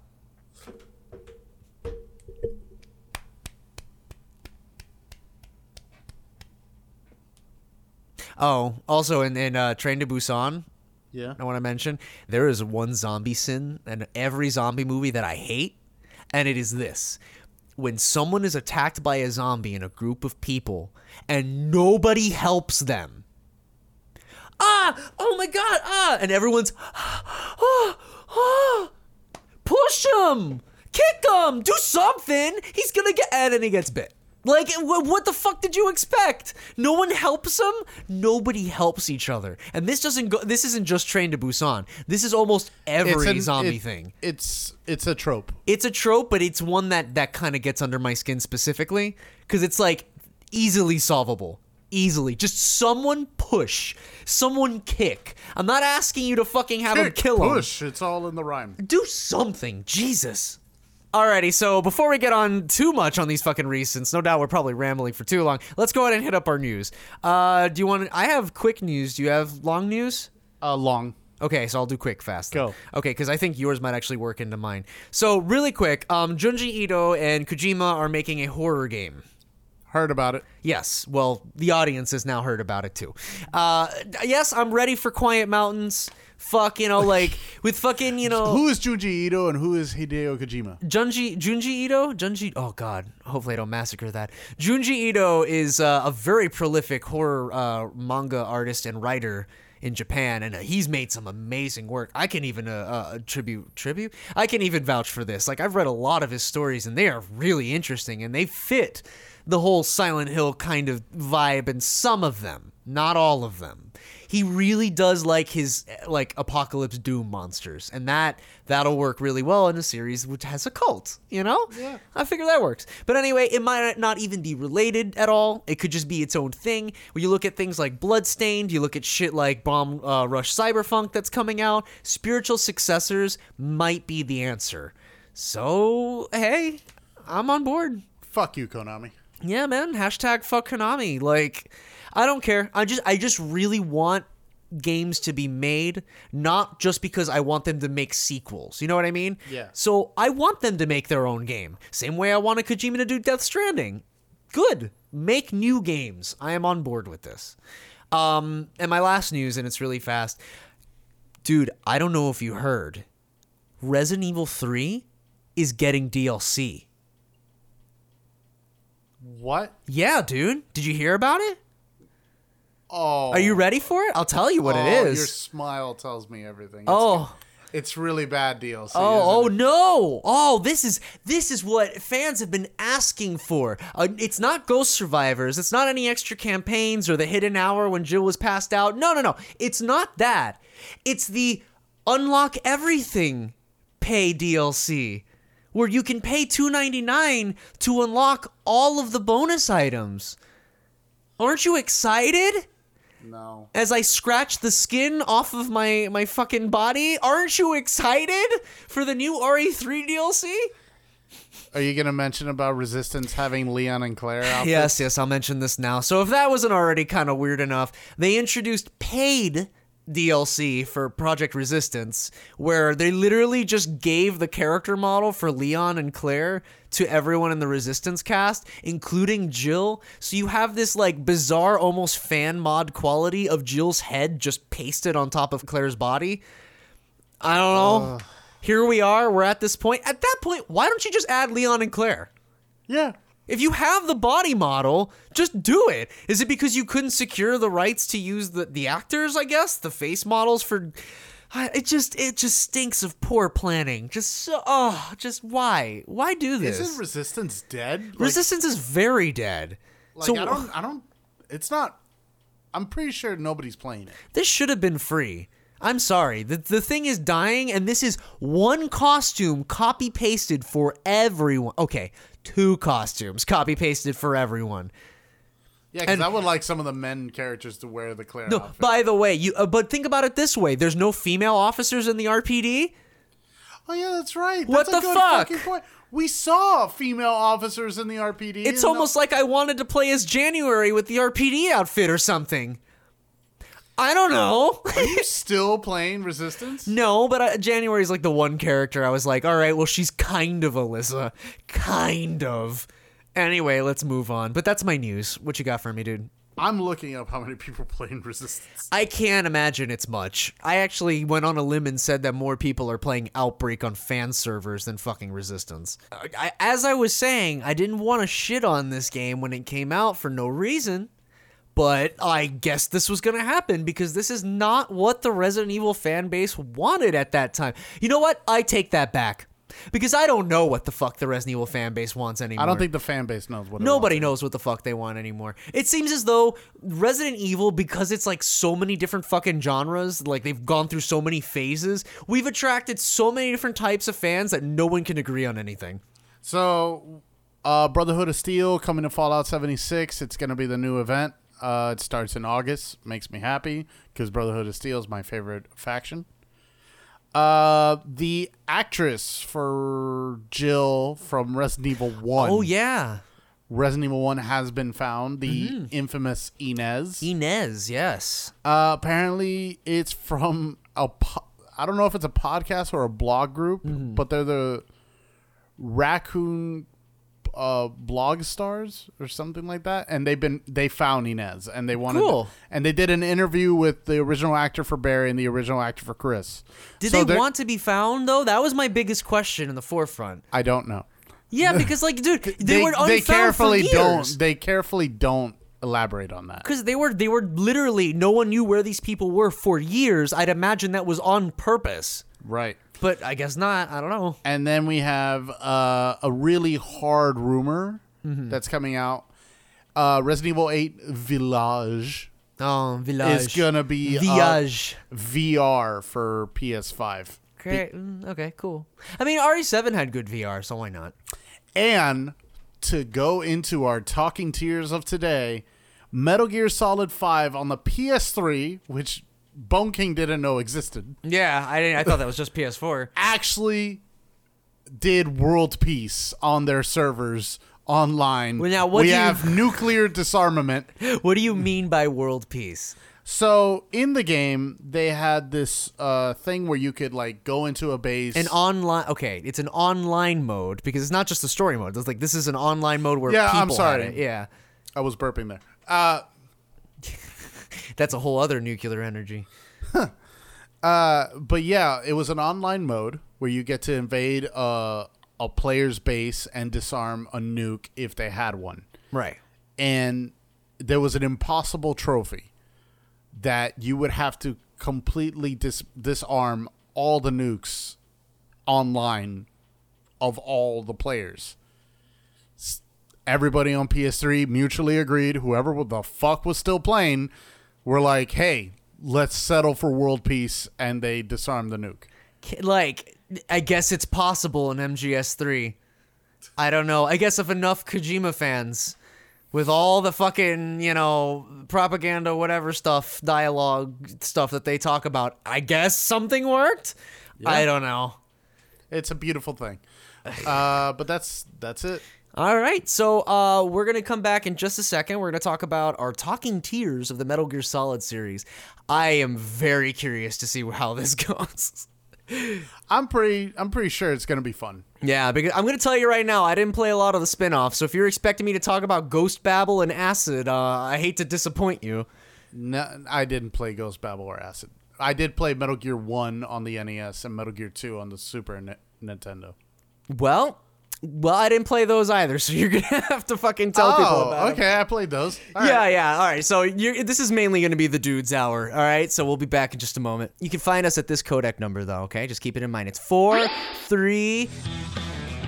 Oh, also in, in uh, Train to Busan,
Yeah.
I want to mention there is one zombie sin in every zombie movie that I hate, and it is this: when someone is attacked by a zombie in a group of people and nobody helps them. Ah! Oh my God! Ah! And everyone's ah, ah, push him, kick him, do something. He's gonna get and then he gets bit. Like, wh- what the fuck did you expect? No one helps him. Nobody helps each other. And this doesn't go. This isn't just Train to Busan. This is almost every
an-
zombie
it-
thing.
It's it's a trope.
It's a trope, but it's one that that kind of gets under my skin specifically because it's like easily solvable. Easily, just someone push, someone kick. I'm not asking you to fucking have him kill him
Push. It's all in the rhyme.
do something, Jesus. Alrighty, so before we get on too much on these fucking reasons, no doubt we're probably rambling for too long. Let's go ahead and hit up our news. Uh, do you want? I have quick news. Do you have long news?
Uh, long.
Okay, so I'll do quick fast. then.
Go.
Okay, because I think yours might actually work into mine. So really quick, um, Junji Ito and Kojima are making a horror game.
Heard about it.
Yes. Well, the audience has now heard about it too. Uh, yes, I'm ready for Quiet Mountains. Fuck, you know, like with fucking, you know,
Who is Junji Ito and who is Hideo Kojima?
Junji Junji Ito Junji oh god hopefully I don't massacre that Junji Ito is uh, a very prolific horror uh, manga artist and writer in Japan and uh, he's made some amazing work I can even uh, uh, tribute tribute I can even vouch for this like I've read a lot of his stories and they are really interesting and they fit the whole Silent Hill kind of vibe and some of them not all of them he really does like his eh, like apocalypse doom monsters and that that'll work really well in a series which has a cult you know yeah i figure that works but anyway it might not even be related at all it could just be its own thing when you look at things like bloodstained you look at shit like bomb uh, rush cyberfunk that's coming out spiritual successors might be the answer so hey i'm on board
Fuck you, Konami.
yeah, man. Hashtag fuck Konami. Like, I don't care. I just I just really want games to be made, not just because I want them to make sequels. You know what I mean?
Yeah.
So I want them to make their own game. Same way I wanted Kojima to do Death Stranding. Good. Make new games. I am on board with this. Um, and my last news, and it's really fast. Dude, I don't know if you heard. Resident Evil 3 is getting DLC.
What?
Yeah, dude. Did you hear about it?
Oh.
Are you ready for it? I'll tell you what
oh,
it
Your
is.
smile tells me everything. It's,
Oh,
it's really bad DLC.
oh, oh
isn't it?
no! Oh, this is this is what fans have been asking for. Uh, it's not Ghost Survivors. It's not any extra campaigns or the hidden hour when Jill was passed out. No, no, no. It's not that. It's the unlock everything pay DLC, where you can pay two ninety nine to unlock all of the bonus items. Aren't you excited?
No.
as I scratch the skin off of my my fucking body. Aren't you excited for the new E RE3 DLC?
Are you gonna mention about Resistance having Leon and Claire out?
Yes, yes, I'll mention this now. So if that wasn't already kind of weird enough, they introduced paid DLC for Project Resistance, where they literally just gave the character model for Leon and Claire to everyone in the Resistance cast, including Jill. So you have this like bizarre, almost fan mod quality of Jill's head just pasted on top of Claire's body. I don't know. Here we are. We're at this point. At that point, why don't you just add Leon and Claire?
Yeah.
If you have the body model, just do it. Is it because you couldn't secure the rights to use the, the actors, I guess? The face models for I- it just it just stinks of poor planning. Just so oh, just why? Why do this?
Isn't Resistance dead? Like,
Resistance is very dead.
Like,
so
I don't. I don't. It's not. I'm pretty sure nobody's playing it.
this should have been free. I'm sorry. The, the thing is dying, and this is one costume copy pasted for everyone. Okay, two costumes copy pasted for everyone.
Yeah, because
And-
I would like some of the men characters to wear the Claire outfit.
By the way, you uh, but think about it this way: there's no female officers in the RPD.
oh yeah, that's right.
What
That's a
the
good
fuck?
fucking point. We saw female officers in the RPD.
It's
and
almost like I wanted to play as January with the RPD outfit or something. I don't know.
Are you still playing Resistance?
no, but I, January's like the one character I was like, all right, well, she's kind of Alyssa, kind of. Anyway, let's move on. But that's my news. What you got for me, dude?
I'm looking up how many people playing Resistance.
I can't imagine it's much. I actually went on a limb and said that more people are playing Outbreak on fan servers than fucking Resistance. I, I- as I was saying, I didn't want to shit on this game when it came out for no reason, but I guess this was going to happen because this is not what the Resident Evil fan base wanted at that time. You know what? I take that back. Because I don't know what the fuck the Resident Evil fan base wants anymore.
I don't think the fan base knows what. it
Nobody
wants.
knows what the fuck they want anymore. It seems as though Resident Evil, because it's like so many different fucking genres, like they've gone through so many phases, we've attracted so many different types of fans that no one can agree on anything.
So, uh, Brotherhood of Steel coming to Fallout 76. It's going to be the new event. Uh, it starts in August. Makes me happy because Brotherhood of Steel is my favorite faction. Uh, the actress for Jill from Resident Evil 1.
Oh, yeah.
Resident Evil 1 has been found. The
Mm-hmm.
infamous Inez.
Inez, yes.
Uh, apparently, it's from a. Po- I don't know if it's a podcast or a blog group,
Mm-hmm.
but they're the raccoon uh, blog stars or something like that. And they've been they found Inez and they wanted
Cool.
and they did an interview with the original actor for Barry and the original actor for Chris.
Did
So
they
they're-
want to be found, though? That was my biggest question in the forefront.
I don't know.
Yeah, because, like, dude, they, were unfound
they carefully
for years.
don't. They carefully don't elaborate on that.
because they were they were literally no one knew where these people were for years. I'd imagine that was on purpose,
Right.
but I guess not. I don't know.
And then we have uh, a really hard rumor
Mm-hmm.
that's coming out. Uh, Resident Evil 8 Village
Oh, village.
is going to be uh,
Village.
VR for PS5.
Great. Mm, okay, cool. I mean, RE7 had good VR, so why not?
And to go into our talking tiers of today, Metal Gear Solid 5 on the PS3, which Bone King didn't know existed,
Yeah, I didn't, I thought that was just PS4.
actually did world peace on their servers online.
Well, now, what
we
do you-
have nuclear disarmament.
What do you mean by world peace?
So in the game, they had this uh, thing where you could like go into a base.
An online okay, it's an online mode because it's not just a story mode. It's like this is an online mode where
Yeah,
people
I'm sorry.
had it. Yeah.
I was burping there.
That's a whole other nuclear energy.
But yeah, it was an online mode where you get to invade a a player's base and disarm a nuke if they had one.
Right.
And there was an impossible trophy that you would have to completely dis- disarm all the nukes online of all the players. S- Everybody on PS3 mutually agreed, whoever wa- the fuck was still playing, were like, hey, let's settle for world peace, and they disarmed the nuke.
K- Like I guess it's possible in MGS3. I don't know. I guess if enough Kojima fans with all the fucking, you know, propaganda, whatever stuff, dialogue stuff that they talk about. I guess something worked. I don't know.
It's a beautiful thing. Uh, but that's that's it.
All right, so uh, we're gonna come back in just a second. We're gonna talk about our talking tears of the Metal Gear Solid series. I am very curious to see how this goes.
I'm pretty I'm pretty sure it's gonna be fun.
Yeah, because I'm gonna tell you right now, I didn't play a lot of the spin-offs. So if you're expecting me to talk about Ghost Babble and Acid, uh, I hate to disappoint you.
No, I didn't play Ghost Babel or Acid. I did play Metal Gear One on the NES and Metal Gear Two on the Super Ni- Nintendo.
Well, well, I didn't play those either. So you're gonna have to fucking tell people about
Oh,
it.
okay, I played those. All
yeah,
right.
yeah. All right. So you're, this is mainly going to be the dude's hour. All right. So we'll be back in just a moment. You can find us at this codec number, though. Okay. Just keep it in mind. It's four, three.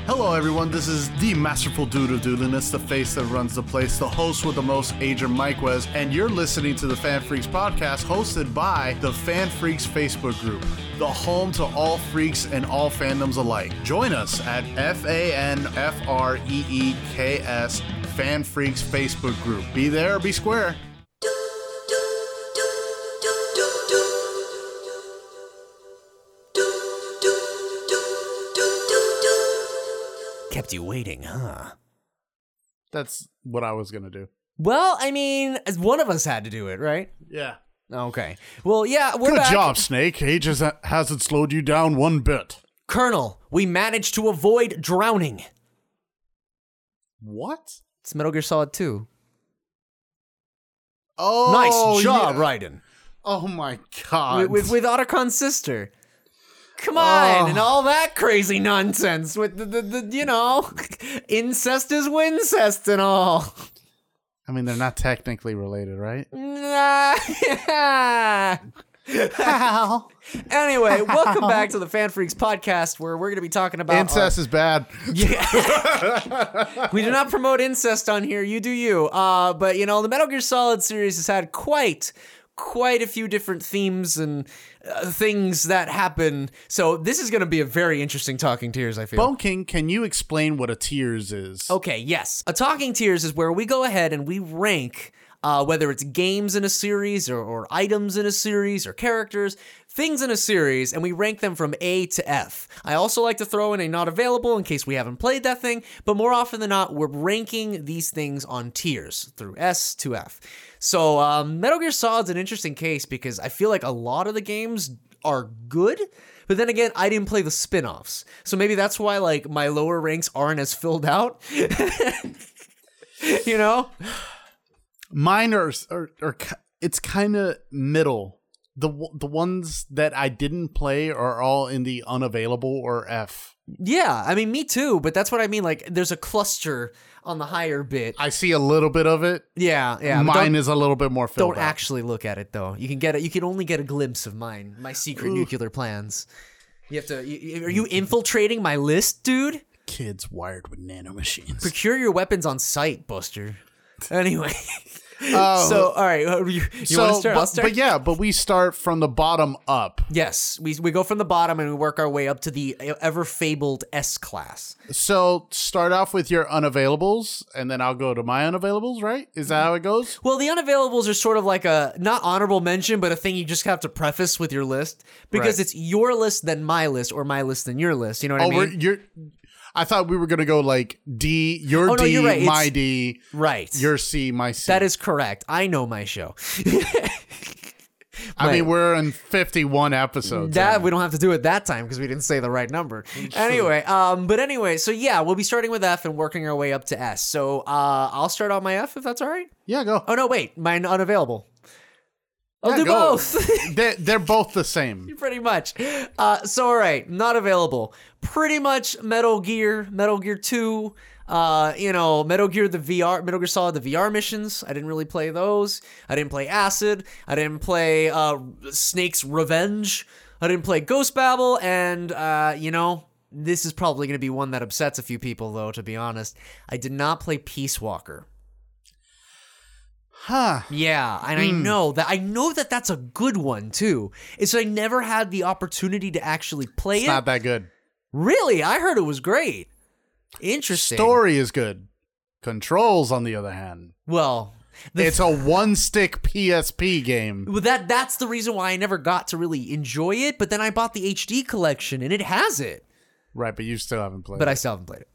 Hello, everyone. This is the masterful dude of doodliness, the face that runs the place, the host with the most, Adrian Miquez, and you're listening to the Fan Freaks podcast, hosted by the Fan Freaks Facebook group, the home to all freaks and all fandoms alike. Join us at F A N F R E E K S Fan Freaks Facebook group. Be there or be square.
Kept you waiting, huh?
That's what I was gonna do.
Well, I mean, as one of us had to do it, right?
Yeah.
Okay. Well, yeah, we're
Good
back.
job, Snake. Age has- hasn't slowed you down one bit.
Colonel, we managed to avoid drowning.
What?
It's Metal Gear Solid 2.
Oh,
nice job,
yeah.
Raiden.
Oh my god.
With, with, with Otakon's sister. Come on,
Oh.
and all that crazy nonsense with the, the, the you know, incest is wincest and all.
I mean, they're not technically related, right?
Uh, Nah.
How?
anyway, welcome back to the Fan Freaks podcast, where we're going to be talking about
Incest is bad.
our- we do not promote incest on here. You do you. Uh, but you know, the Metal Gear Solid series has had quite. Quite a few different themes and uh, things that happen. So, this is going to be a very interesting talking tears, I feel.
Bone King, can you explain what a tears is?
Okay, yes. A talking tiers is where we go ahead and we rank uh, whether it's games in a series or, or items in a series or characters, things in a series, and we rank them from A to F. I also like to throw in a not available in case we haven't played that thing, but more often than not, we're ranking these things on tiers through S to F. So um, Metal Gear Solid's an interesting case because I feel like a lot of the games are good. But then again, I didn't play the spin-offs. So maybe that's why like my lower ranks aren't as filled out. you know?
Mine are, are, are ki- it's kind of middle. The w- the ones that I didn't play are all in the unavailable or F.
Yeah, I mean me too, but that's what I mean like there's a cluster on the higher bit.
I see a little bit of it.
Yeah, yeah. but
mine
don't,
is a little bit more filled
don't
out.
actually look at it though. You can get it you can only get a glimpse of mine, my secret nuclear plans. You have to you- you, are you infiltrating my list, dude?
Kids wired with nanomachines.
Procure your weapons on site, Buster. Anyway.
Oh,
So, all right, uh, you, you
so,
want to start?
But,
I'll start.
but yeah, but we start from the bottom up.
Yes, we, we go from the bottom and we work our way up to the ever fabled S class.
So start off with your unavailables, and then I'll go to my unavailables. Right? Is
Mm-hmm.
that how it goes?
Well, the unavailables are sort of like a not honorable mention, but a thing you just have to preface with your list because
Right.
it's your list then my list or my list then your list. You know what
Oh,
I
we're,
mean?
you're. I thought we were gonna go like D, your
Oh, no,
D,
you're right.
my
It's-
D,
Right.
your C, my C.
that is correct. I know my show.
I mean,
right.
we're in fifty-one episodes.
That we don't have to do it that time because we didn't say the right number. Anyway, um, but anyway, so yeah, we'll be starting with F and working our way up to S. So uh, I'll start on my F if that's all right.
yeah, go.
Oh no, wait, mine unavailable. I'll
Yeah,
do
go.
Oh, both.
They're, they're both the same.
pretty much. Uh, so all right, not available. Pretty much Metal Gear, Metal Gear Two. Uh, you know, Metal Gear the VR, Metal Gear Solid the VR missions. I didn't really play those. I didn't play Acid. I didn't play uh, Snake's Revenge. I didn't play Ghost Babel, and uh, you know. This is probably going to be one that upsets a few people, though, to be honest. I did not play Peace Walker.
Huh?
Yeah, and I know that I know that that's a good one too. It's I never had the opportunity to actually play
It's
it.
not that good.
really, I heard it was great. Interesting.
Story is good. Controls, on the other hand,
Well, the
it's a one stick PSP game.
Well, that that's the reason why I never got to really enjoy it. But then I bought the HD collection, and it has it.
Right, but you still haven't played
But I
it
still haven't played it.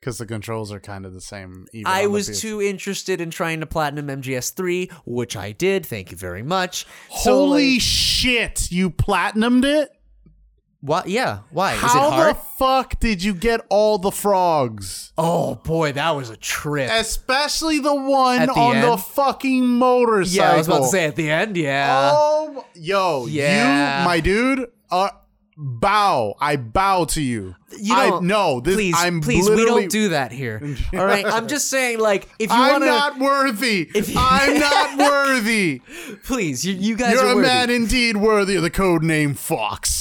because the controls are kind of the same. Even on
I
the
was
PS-
too interested in trying to platinum MGS3, which I did. Thank you very much. So,
Holy
like,
shit! You platinumed it.
what? Yeah. Why? Is it
How
hard?
the fuck did you get all the frogs?
oh boy, that was a trip.
Especially the one
At the
on the
end?
fucking motorcycle.
yeah, I was about to say at the end. Yeah.
Oh, m- yo,
Yeah.
you, my dude, uh, bow. I bow to you.
You
I
don't-
no. This
please,
I'm
please, we
literally.
don't do that here. All right, I'm just saying, like, if you
I'm
want to,
not worthy.
If-
I'm not worthy.
please, you, you guys
You're
are
a
worthy.
man indeed worthy of the code name Fox.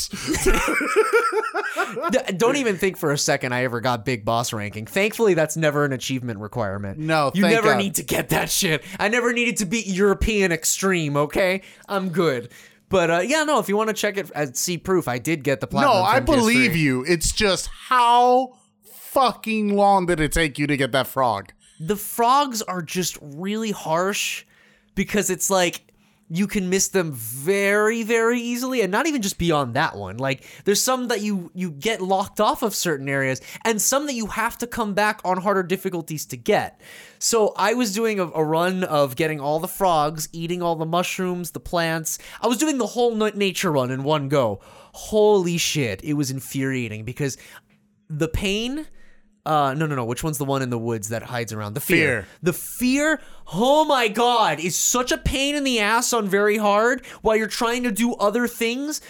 D- don't even think for a second I ever got big boss ranking. Thankfully, that's never an achievement requirement.
No,
you
thank
never
God.
need to get that shit. I never needed to beat European extreme. Okay, I'm good. But uh, yeah, no. If you want to check it and see proof, I did get the platinum.
No, I
from PS3.
believe you. It's just how fucking long did it take you to get that frog?
The frogs are just really harsh because it's like you can miss them very very easily and not even just beyond that one like there's some that you you get locked off of certain areas and some that you have to come back on harder difficulties to get so i was doing a, a run of getting all the frogs eating all the mushrooms the plants i was doing the whole na- nature run in one go holy shit it was infuriating because the pain uh no no no which one's the one in the woods that hides around the fear,
Fear.
the fear oh my god is such a pain in the ass on very hard while you're trying to do other things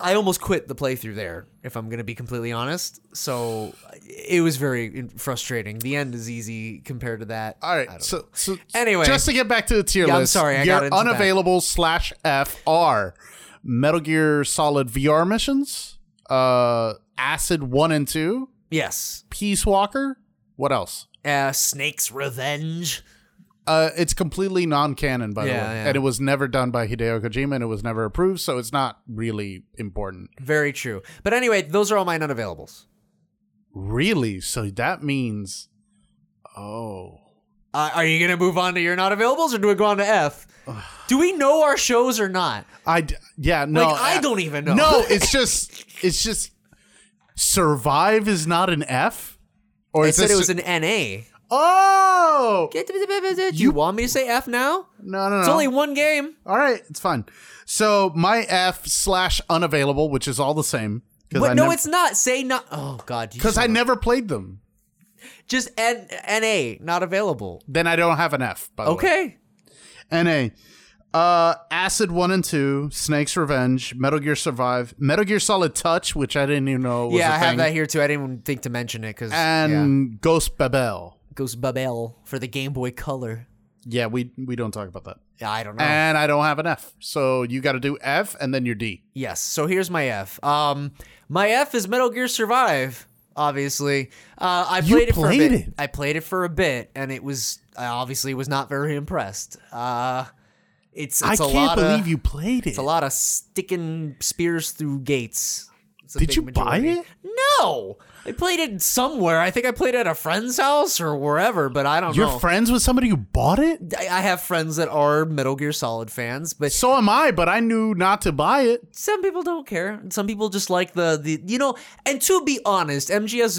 i almost quit the playthrough there if i'm gonna be completely honest so it was very frustrating the end is easy compared to that
All
I don't
right. So, so
Anyway.
just to get back to the tier
Yeah, I'm
list.
sorry, I
you're
got into that.
unavailable slash FR. Metal Gear Solid VR missions. Uh, Acid One and Two.
know. yes
Peace Walker. What else?
uh snake's revenge
Uh, it's completely non-canon, by the
Yeah,
way,
yeah.
and it was never done by Hideo Kojima, and it was never approved, so it's not really important.
very true but anyway those are all mine unavailables
Really? So that means, oh,
Uh, are you gonna move on to your not availables, or do we go on to F? do we know our shows or not?
I d- yeah no uh,
Like, I don't even know.
no it's just it's just survive is not an F or
I
is
said
this
it was an NA.
oh
Do you want me to say F now?
no no no
It's only one game.
all right it's fine so my F slash unavailable which is all the same
But
I
no,
nev-
it's not. Say not. Oh God, you
because I
son
never played them
of- just N NA not available.
then I don't have an F by the way.
Okay.
NA. Uh, Acid One and Two, Snake's Revenge, Metal Gear Survive, Metal Gear Solid Touch, which I didn't even know was
Yeah,
a
I have
thing,
that here too. I didn't even think to mention it because
and Ghost Babel.
goes Babel for the Game Boy Color.
Yeah, we we don't talk about that.
Yeah, I don't know.
And I don't have an F, so you got to do F and then your D.
Yes. So here's my F. Um, my F is Metal Gear Survive. Obviously, uh, I
You
played it for a
played
bit.
it?
I played it for a bit, and it was I obviously was not very impressed. Uh, it's,
I
it's a lot of,
played it.
It's a lot of sticking spears through gates. It's a
Did
big
you buy
majority.
it?
No, I played it somewhere. I think I played it at a friend's house or wherever, but I don't
You're
know.
friends with somebody who bought it.
I I have friends that are Metal Gear Solid fans, but
So am I, but I knew not to buy it.
some people don't care. Some people just like the the you know. And to be honest,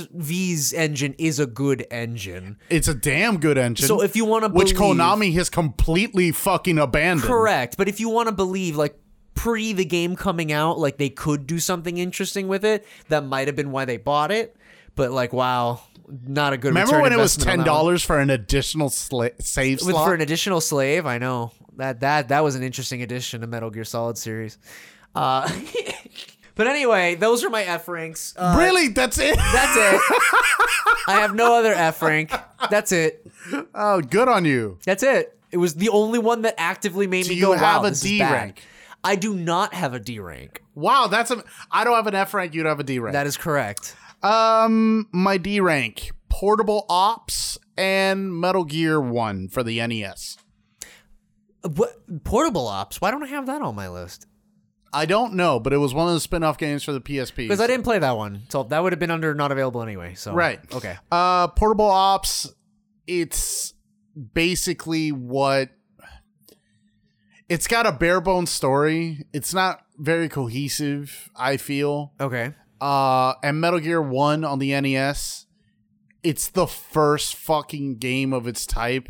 MGSV's engine is a good engine.
It's a damn good engine.
So if you wanna
which
believe-
Konami has completely fucking abandoned.
Correct, but if you want to believe like pre the game coming out, like they could do something interesting with it, that might have been why they bought it. But like, wow, not a good.
Remember
return
when it was
investment
ten
on that one.
dollars for an additional sla- save
with
slot?
for an additional slave? I know that that that was an interesting addition to Metal Gear Solid series. Uh, but anyway, those are my F ranks. Uh,
really? That's it?
That's it. I have no other F rank. That's it.
oh, good on you.
That's it. It was the only one that actively made
Do
me
you
go.
have
wow,
a
this
D
is bad.
rank?
I do not have a D rank.
Wow, that's a. I don't have an F rank. You don't have a D rank.
That is correct.
Um, my D rank: Portable Ops and Metal Gear One for the E NES.
What portable ops? Why don't I have that on my list?
I don't know, but it was one of the spin-off games for the PSP.
Because I didn't play that one, so that would have been under not available anyway. So
Right.
okay.
Uh, portable ops. It's basically what. It's got a bare bones story. It's not very cohesive. I feel.
Okay.
Uh, and Metal Gear One on the NES. It's the first fucking game of its type,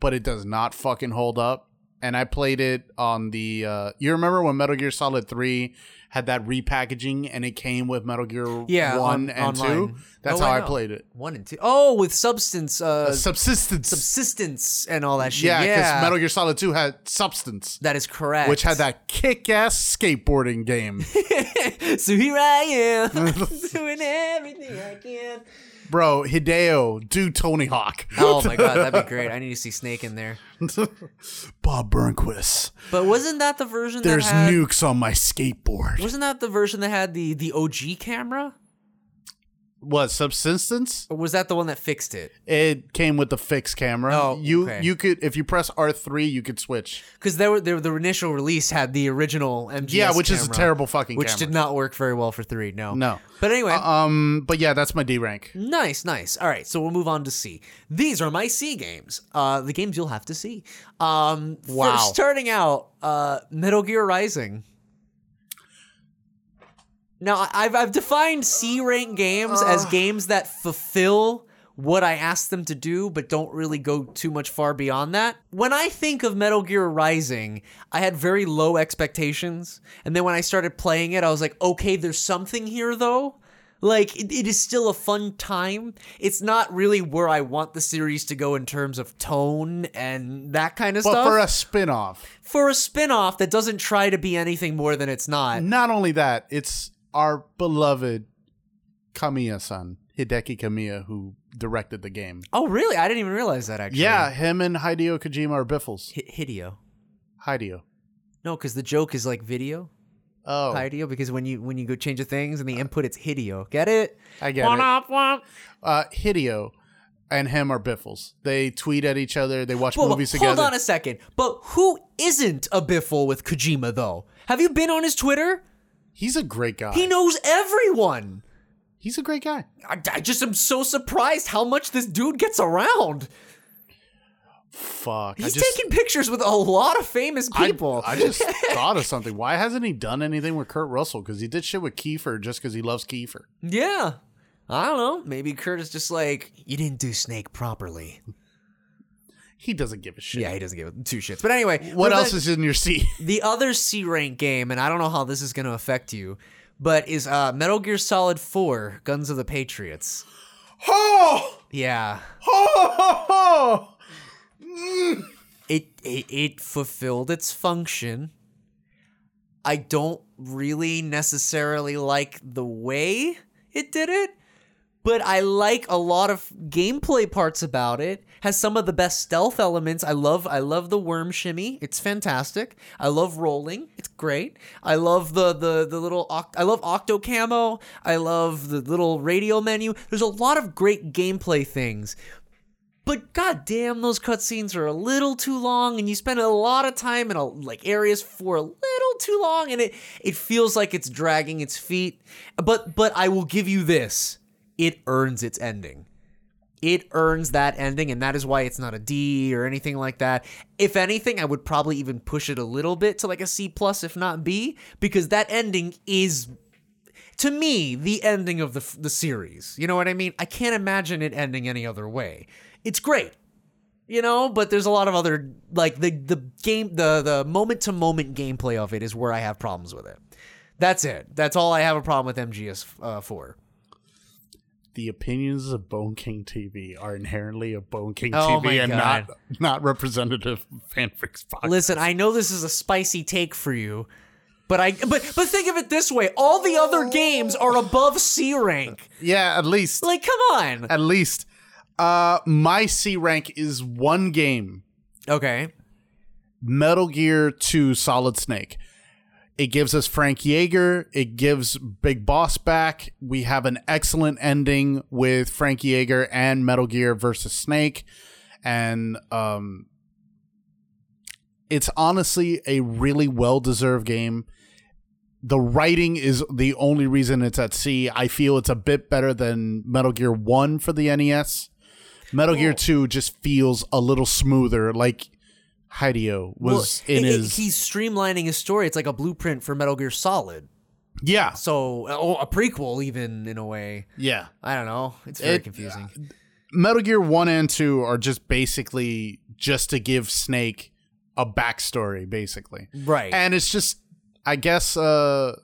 but it does not fucking hold up. And I played it on the. Uh, you remember when Metal Gear Solid Three had that repackaging, and it came with Metal Gear
Yeah.
One
on-
and
online.
Two. That's
Oh,
how I
know.
played it.
One and two. Oh, with substance, uh,
subsistence.
subsistence, and all that shit.
yeah,
Yeah.
because Metal Gear Solid 2 had Substance,
that is correct.
which had that kick ass skateboarding game.
So here I am, doing everything I can.
Bro, Hideo, do Tony Hawk.
Oh my god, that'd be great. I need to see Snake in there.
Bob Burnquist,
But wasn't that the version
there's
that had,
nukes on my skateboard.
Wasn't that the version that had the the OG camera?
What, Subsistence?
Or was that the one that fixed it?
It came with the fixed camera.
Oh,
you
okay.
you could if you press R3, you could switch.
Because there were there, the initial release had the original MGS.
Yeah, which is a
camera,
terrible fucking
Which
camera.
did not work very well for three. No,
No.
But anyway,
Um, but yeah, that's my D rank.
Nice, nice. All right, so we'll move on to C. These are my C games. Uh, the games you'll have to see. Um,
Wow.
First, starting out, uh, Metal Gear Rising. Now, I- I've I've defined C rank games as games that fulfill what I ask them to do, but don't really go too much far beyond that. When I think of Metal Gear Rising, I had very low expectations, and then when I started playing it, I was like, okay, there's something here though. Like it, it is still a fun time. It's not really where I want the series to go in terms of tone and that kind of
But
stuff.
for a spin off.
for a spin-off that doesn't try to be anything more than it's not.
Not only that, it's our beloved Kamiya san, Hideki Kamiya, who directed the game.
Oh, really? I didn't even realize that actually.
Yeah, him and Hideo Kojima are biffles.
Hi- Hideo.
Hideo.
No, because the joke is like video,
Oh,
Hideo. Because when you when you go change the things and the input, it's Hideo. Get it?
I get it. Uh, Hideo and him are biffles. They tweet at each other. They watch
Whoa, whoa,
movies
hold
together.
on a second. But who isn't a biffle with Kojima though? Have you been on his Twitter?
He's a great guy.
He knows everyone.
He's a great guy.
I, I just am so surprised how much this dude gets around.
Fuck.
He's
I just,
taking pictures with a lot of famous
I-
people.
I, just thought of something. Why hasn't he done anything with Kurt Russell? Because he did shit with Kiefer just because he loves Kiefer.
yeah. I don't know. Maybe Kurt is just like, you didn't do Snake properly.
He doesn't give a shit.
Yeah, he doesn't give two shits. But anyway,
What
revenge-
else is in your seat?
the other C rank game, and I don't know how this is going to affect you, but is uh, Metal Gear Solid 4 Guns of the Patriots.
oh!
Yeah.
Oh!
It, it, it fulfilled its function. I don't really necessarily like the way it did it, but I like a lot of gameplay parts about it. Has some of the best stealth elements. I love I love the worm shimmy. It's fantastic. I love rolling. It's great. I love the the the little oct- I love octo camo. I love the little radio menu. There's a lot of great gameplay things. But goddamn, those cutscenes are a little too long, and you spend a lot of time in a, like areas for a little too long, and it it feels like it's dragging its feet. But but I will give you this: it earns its ending. It earns that ending, and that is why it's not a D or anything like that. If anything, I would probably even push it a little bit to like a C plus, if not B, because that ending is to me the ending of the f- the series. You know what I mean? I can't imagine it ending any other way. It's great. You know, but there's a lot of other like the the game the the moment to moment gameplay of it is where I have problems with it. That's it. That's all I have a problem with MGS uh, for.
the opinions of Bone King TV are inherently of Bone King
Oh my
TV and
God.
not not representative of fanfics podcast.
Listen, I know this is a spicy take for you, but I but but think of it this way: all the other games are above C rank.
Yeah, at least
Like, come on.
at least uh my C rank is one game,
Okay.
Metal Gear 2 Solid Snake. It gives us Frank Yeager, it gives Big Boss back. We have an excellent ending with Frank Yeager and Metal Gear versus Snake and um it's honestly a really well deserved game. the writing is the only reason it's at sea. I feel it's a bit better than Metal Gear 1 for the NES. Metal Gear 2 just feels a little smoother, like Hideo was
Well,
in
it- it-
his.
he's streamlining his story. It's like a blueprint for Metal Gear Solid.
yeah.
So, oh, a prequel, even in a way.
Yeah.
I don't know. It's very
It-
confusing.
Metal Gear 1 and 2 are just basically just to give Snake a backstory, basically.
right.
And it's just, I guess, uh,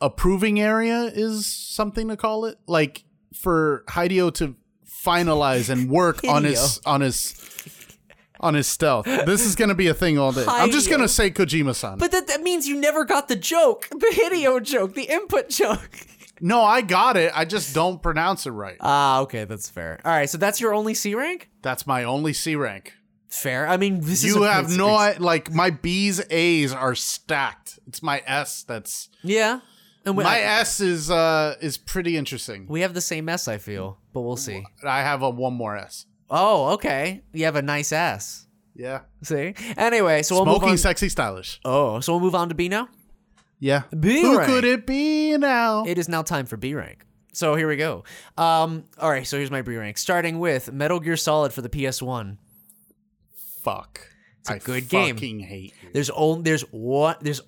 a proving area is something to call it. Like for Hideo to finalize and work on his on his on his stealth. This is gonna be a thing all day. I'm just gonna
Hideo.
say Kojima-san.
but that, that means you never got the joke, the Hideo joke, the input joke.
no, I got it. I just don't pronounce it right.
Ah, okay, that's fair. All right, so that's your only C rank?
That's my only C rank.
Fair. I mean, this is
You
a
have
good
no
series.
I- like my B's A's are stacked. It's my S that's
Yeah. And we,
my S is uh is pretty interesting.
we have the same S, I feel, but we'll see.
I have a one more S.
Oh, okay. You have a nice ass.
Yeah.
See? Anyway, so we'll move
Smoking
on.
sexy stylish.
oh, so we'll move on to B now?
Yeah.
B
Who
rank.
could it be now?
It is now time for B rank. So here we go. Um, all right, so here's my B rank. Starting with Metal Gear Solid for the PS1.
Fuck. It's
a
a
good game.
Fucking hate you.
There's only there's one there's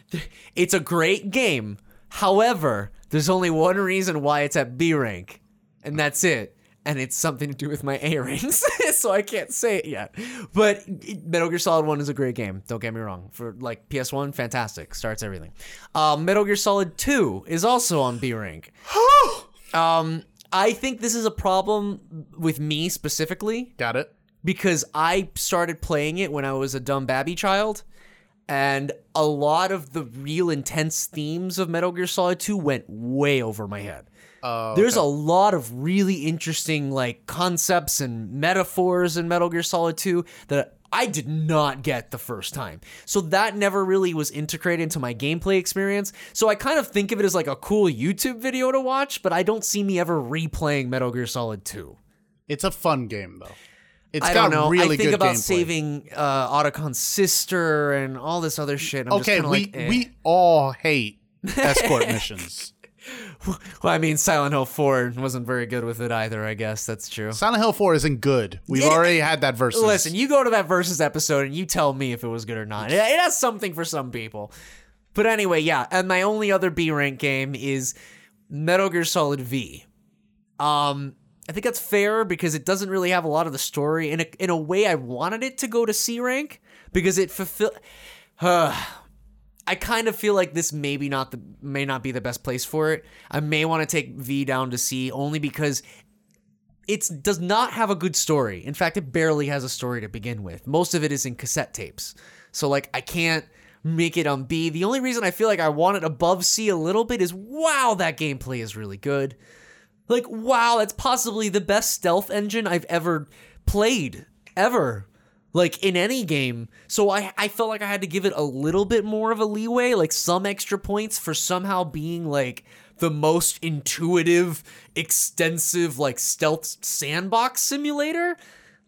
it's a great game. However, there's only one reason why it's at B rank, and that's it. And it's something to do with my A ranks, so I can't say it yet. But Metal Gear Solid One is a great game. Don't get me wrong. For like PS One, fantastic, starts everything. Uh, Metal Gear Solid Two is also on B rank. um, I think this is a problem with me specifically
Got it.
because I started playing it when I was a dumb babby child, and a lot of the real intense themes of Metal Gear Solid 2 went way over my head. There's a lot of really interesting like concepts and metaphors in Metal Gear Solid 2 that I did not get the first time. So that never really was integrated into my gameplay experience. So I kind of think of it as like a cool YouTube video to watch, but I don't see me ever replaying Metal Gear Solid 2.
It's a fun game though. It's
I
got
don't know.
really
I think
good
about
gameplay.
saving uh, Otacon's sister and all this other shit. I'm
Okay,
just
we
kinda like, eh.
we all hate escort missions.
Well, I mean, Silent Hill Four wasn't very good with it either. I guess that's true.
Silent Hill 4 isn't good. We've
It-
already had that versus.
Listen, you go to that versus episode and you tell me if it was good or not. It, it has something for some people. But anyway, yeah. And my only other B rank game is Metal Gear Solid V. Um, I think that's fair because it doesn't really have a lot of the story. In a, in a way, I wanted it to go to C rank because it fulfill. I kind of feel like this maybe not the may not be the best place for it. I may want to take V down to C only because it does not have a good story. In fact, it barely has a story to begin with. Most of it is in cassette tapes. So like I can't make it on B. The only reason I feel like I want it above C a little bit is wow, that gameplay is really good. Like wow, that's possibly the best stealth engine I've ever played ever. Like in any game. So I I felt like I had to give it a little bit more of a leeway, like some extra points for somehow being like the most intuitive, extensive like stealth sandbox simulator.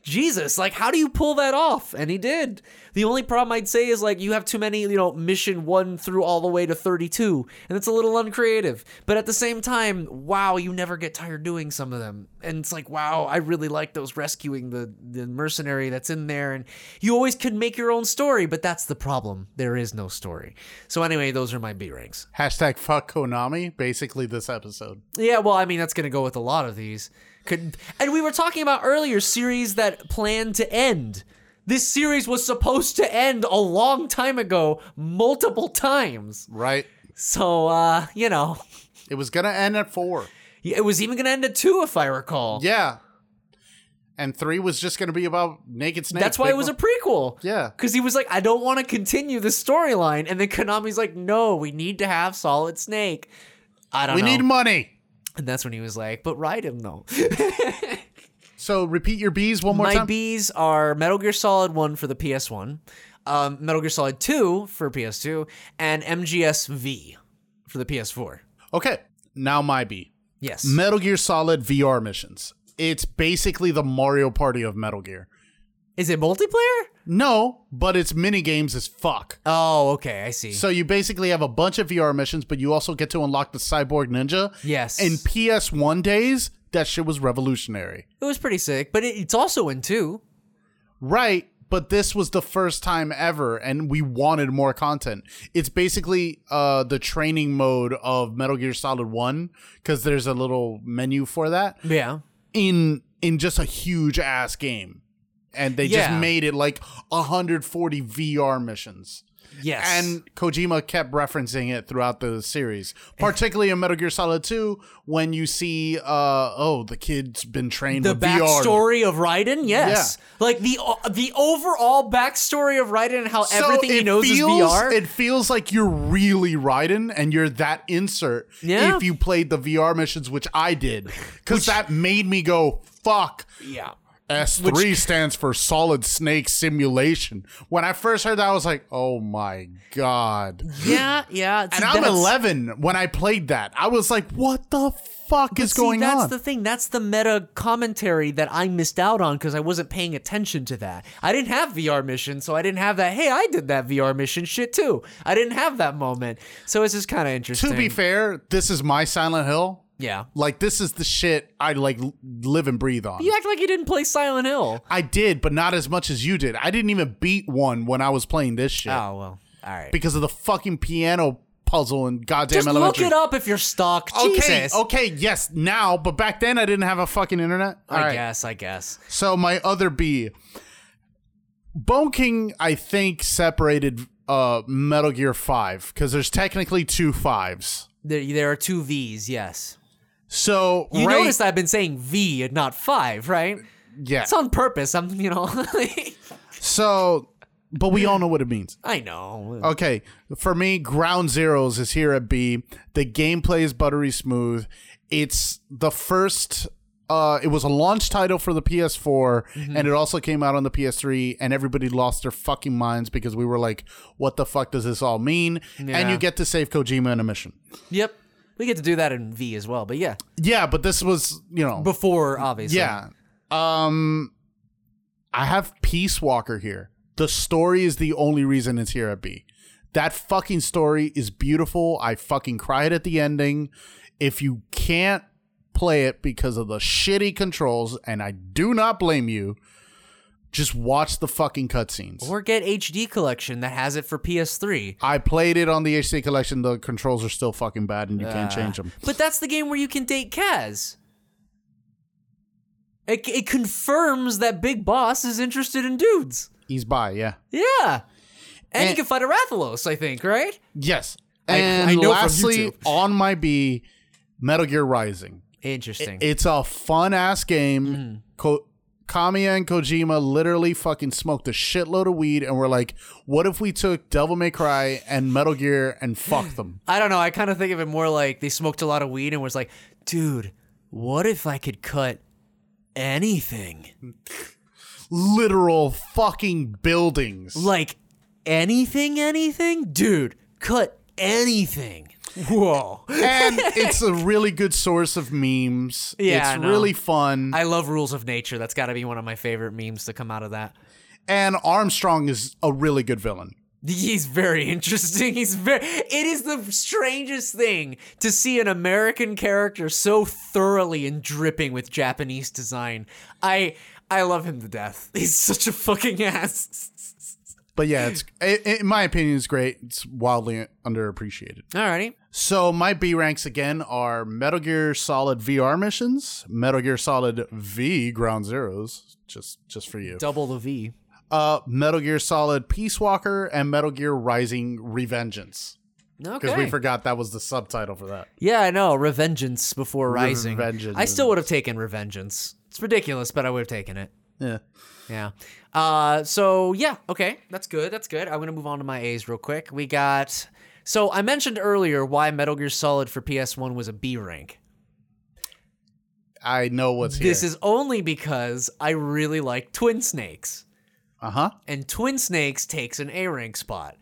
Jesus, like how do you pull that off? And he did. The only problem I'd say is like you have too many, you know, mission 1 through all the way to 32, and it's a little uncreative. But at the same time, wow, you never get tired doing some of them. And it's like, wow, I really like those rescuing the the mercenary that's in there and you always can make your own story, but that's the problem. There is no story. So anyway, those are my B ranks.
Hashtag fuck Konami, basically this episode.
Yeah, well, I mean that's gonna go with a lot of these. Could and we were talking about earlier series that plan to end. This series was supposed to end a long time ago, multiple times.
Right?
So uh, you know,
It was gonna end at four.
it was even gonna end at two, if I recall.
Yeah. And three was just gonna be about naked snakes.
That's why
Big
it was a
one.
prequel.
Yeah.
Because he was like, I don't want to continue the storyline. And then Konami's like, no, we need to have Solid Snake. I don't
We
know.
need money.
and that's when he was like, but ride him though.
So repeat your B's one more
my
time.
B's are Metal Gear Solid 1 for the PS1, um, Metal Gear Solid 2 for PS2, and MGSV for the PS4.
okay. Now my B.
Yes.
Metal Gear Solid VR missions. It's basically the Mario Party of Metal Gear.
Is it multiplayer?
No, but it's mini games as fuck.
Oh, okay, I see.
So you basically have a bunch of VR missions, but you also get to unlock the cyborg ninja.
Yes.
In PS1 days, that shit was revolutionary.
it was pretty sick, but it, it's also in two.
Right, but this was the first time ever, and we wanted more content. It's basically uh, the training mode of Metal Gear Solid One because there's a little menu for that
Yeah.
in in just a huge ass game, and they
Yeah.
just made it like 140 VR missions.
Yes.
And Kojima kept referencing it throughout the series, particularly in Metal Gear Solid 2, when you see, uh, oh, the kid's been trained
the
with VR.
backstory of Raiden, yes, like the uh, the overall backstory of Raiden and how everything he
it
knows
feels,
is VR.
It feels like you're really Raiden and you're that insert
Yeah.
if you played the VR missions, which I did. Because that made me go, fuck.
yeah,
S3 stands for Solid Snake Simulation. When I first heard that, I was like, oh my God.
yeah, yeah. See,
And I'm
that's-
11 when I played that. I was like, what the fuck is
See,
going
that's
on?
the thing. That's the meta commentary that I missed out on because I wasn't paying attention to that. I didn't have VR mission, so I didn't have that. Hey, I did that VR mission shit too. I didn't have that moment, so it's just kind of interesting.
to be fair, this is my Silent Hill.
yeah.
Like this is the shit I like l- live and breathe on.
You act like you didn't play Silent Hill.
I did, but not as much as you did. I didn't even beat one when I was playing this shit
Oh well, all right.
because of the fucking piano puzzle and goddamn
Just
elementary.
look it up if you're stuck.
Okay,
Jesus.
okay, yes, now, but back then I didn't have a fucking internet.
I
All right.
guess. I guess.
So my other B, Bone King, I think separated uh Metal Gear Five because there's technically two fives.
There, there are two V's. Yes.
So
You
right,
noticed I've been saying V and not five, right?
yeah.
It's on purpose. I'm, you know,
So, but we all know what it means.
I know.
Okay, for me, Ground Zeroes is here at B. The gameplay is buttery smooth. It's the first. Uh, it was a launch title for the PS4, and it also came out on the PS3, and everybody lost their fucking minds because we were like, "What the fuck does this all mean?" And
Yeah.
you get to save Kojima in a mission.
Yep. We get to do that in V as well, but yeah,
Yeah, but this was, you know,
before obviously.
yeah. Um, I have Peace Walker here. The story is the only reason it's here at B. That fucking story is beautiful. I fucking cried at the ending. If you can't play it because of the shitty controls, and I do not blame you, just watch the fucking cutscenes.
Or get HD collection that has it for PS3.
I played it on the HD collection. The controls are still fucking bad, and you
Ah.
can't change them.
But that's the game where you can date Kaz. It, it confirms that Big Boss is interested in dudes.
He's by, yeah.
Yeah. And, you
And-
can fight a Rathalos, I think, right?
Yes.
I-
And
I know from
lastly,
YouTube.
on my B, Metal Gear Rising.
Interesting.
It's a fun ass game.
Mm-hmm.
Ko- Kamiya and Kojima literally fucking smoked a shitload of weed and were like, what if we took Devil May Cry and Metal Gear and fucked them?
I don't know. I kind of think of it more like they smoked a lot of weed and was like, dude, what if I could cut anything?
Literal fucking buildings.
Like anything, anything? Dude, cut anything. Whoa.
and it's a really good source of memes.
Yeah, I
it's
know.
really fun.
I love Rules of Nature. That's got to be one of my favorite memes to come out of that.
and Armstrong is a really good villain.
He's very interesting. He's very. It is the strangest thing to see an American character so thoroughly and dripping with Japanese design. I I love him to death. He's such a fucking ass.
But yeah, it's i in my opinion, it's great. It's wildly underappreciated.
Alrighty.
So my B ranks again are Metal Gear Solid VR missions, Metal Gear Solid V Ground Zeroes, just just for you.
Double the V.
Uh, Metal Gear Solid Peace Walker and Metal Gear Rising Revengeance. Because
Okay.
we forgot that was the subtitle for that.
yeah, I know. Revengeance before Rising.
Revengeance.
I still would have taken Revengeance. It's ridiculous, but I would have taken it.
Yeah.
Yeah. Uh, so yeah, okay, that's good. That's good. I'm gonna move on to my A's real quick. We got. So I mentioned earlier why Metal Gear Solid for PS1 was a B rank.
I know what's
This
here.
is only because I really like Twin Snakes,
Uh huh.
and Twin Snakes takes an A rank spot.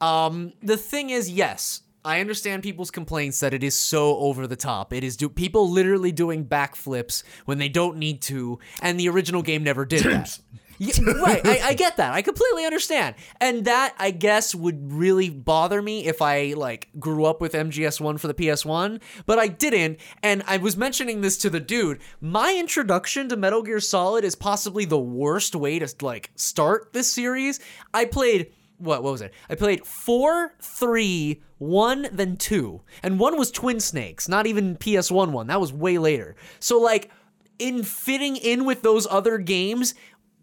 Um, the thing is, yes, I understand people's complaints that it is so over the top. It is do people literally doing backflips when they don't need to, and the original game never did that. Yeah, right, I, I get that. I completely understand, and that I guess would really bother me if I like grew up with MGS One for the PS One, but I didn't. And I was mentioning this to the dude. My introduction to Metal Gear Solid is possibly the worst way to like start this series. I played what what was it? I played four, three, one, then two, and one was Twin Snakes, not even PS One one. That was way later. So like. In fitting in with those other games,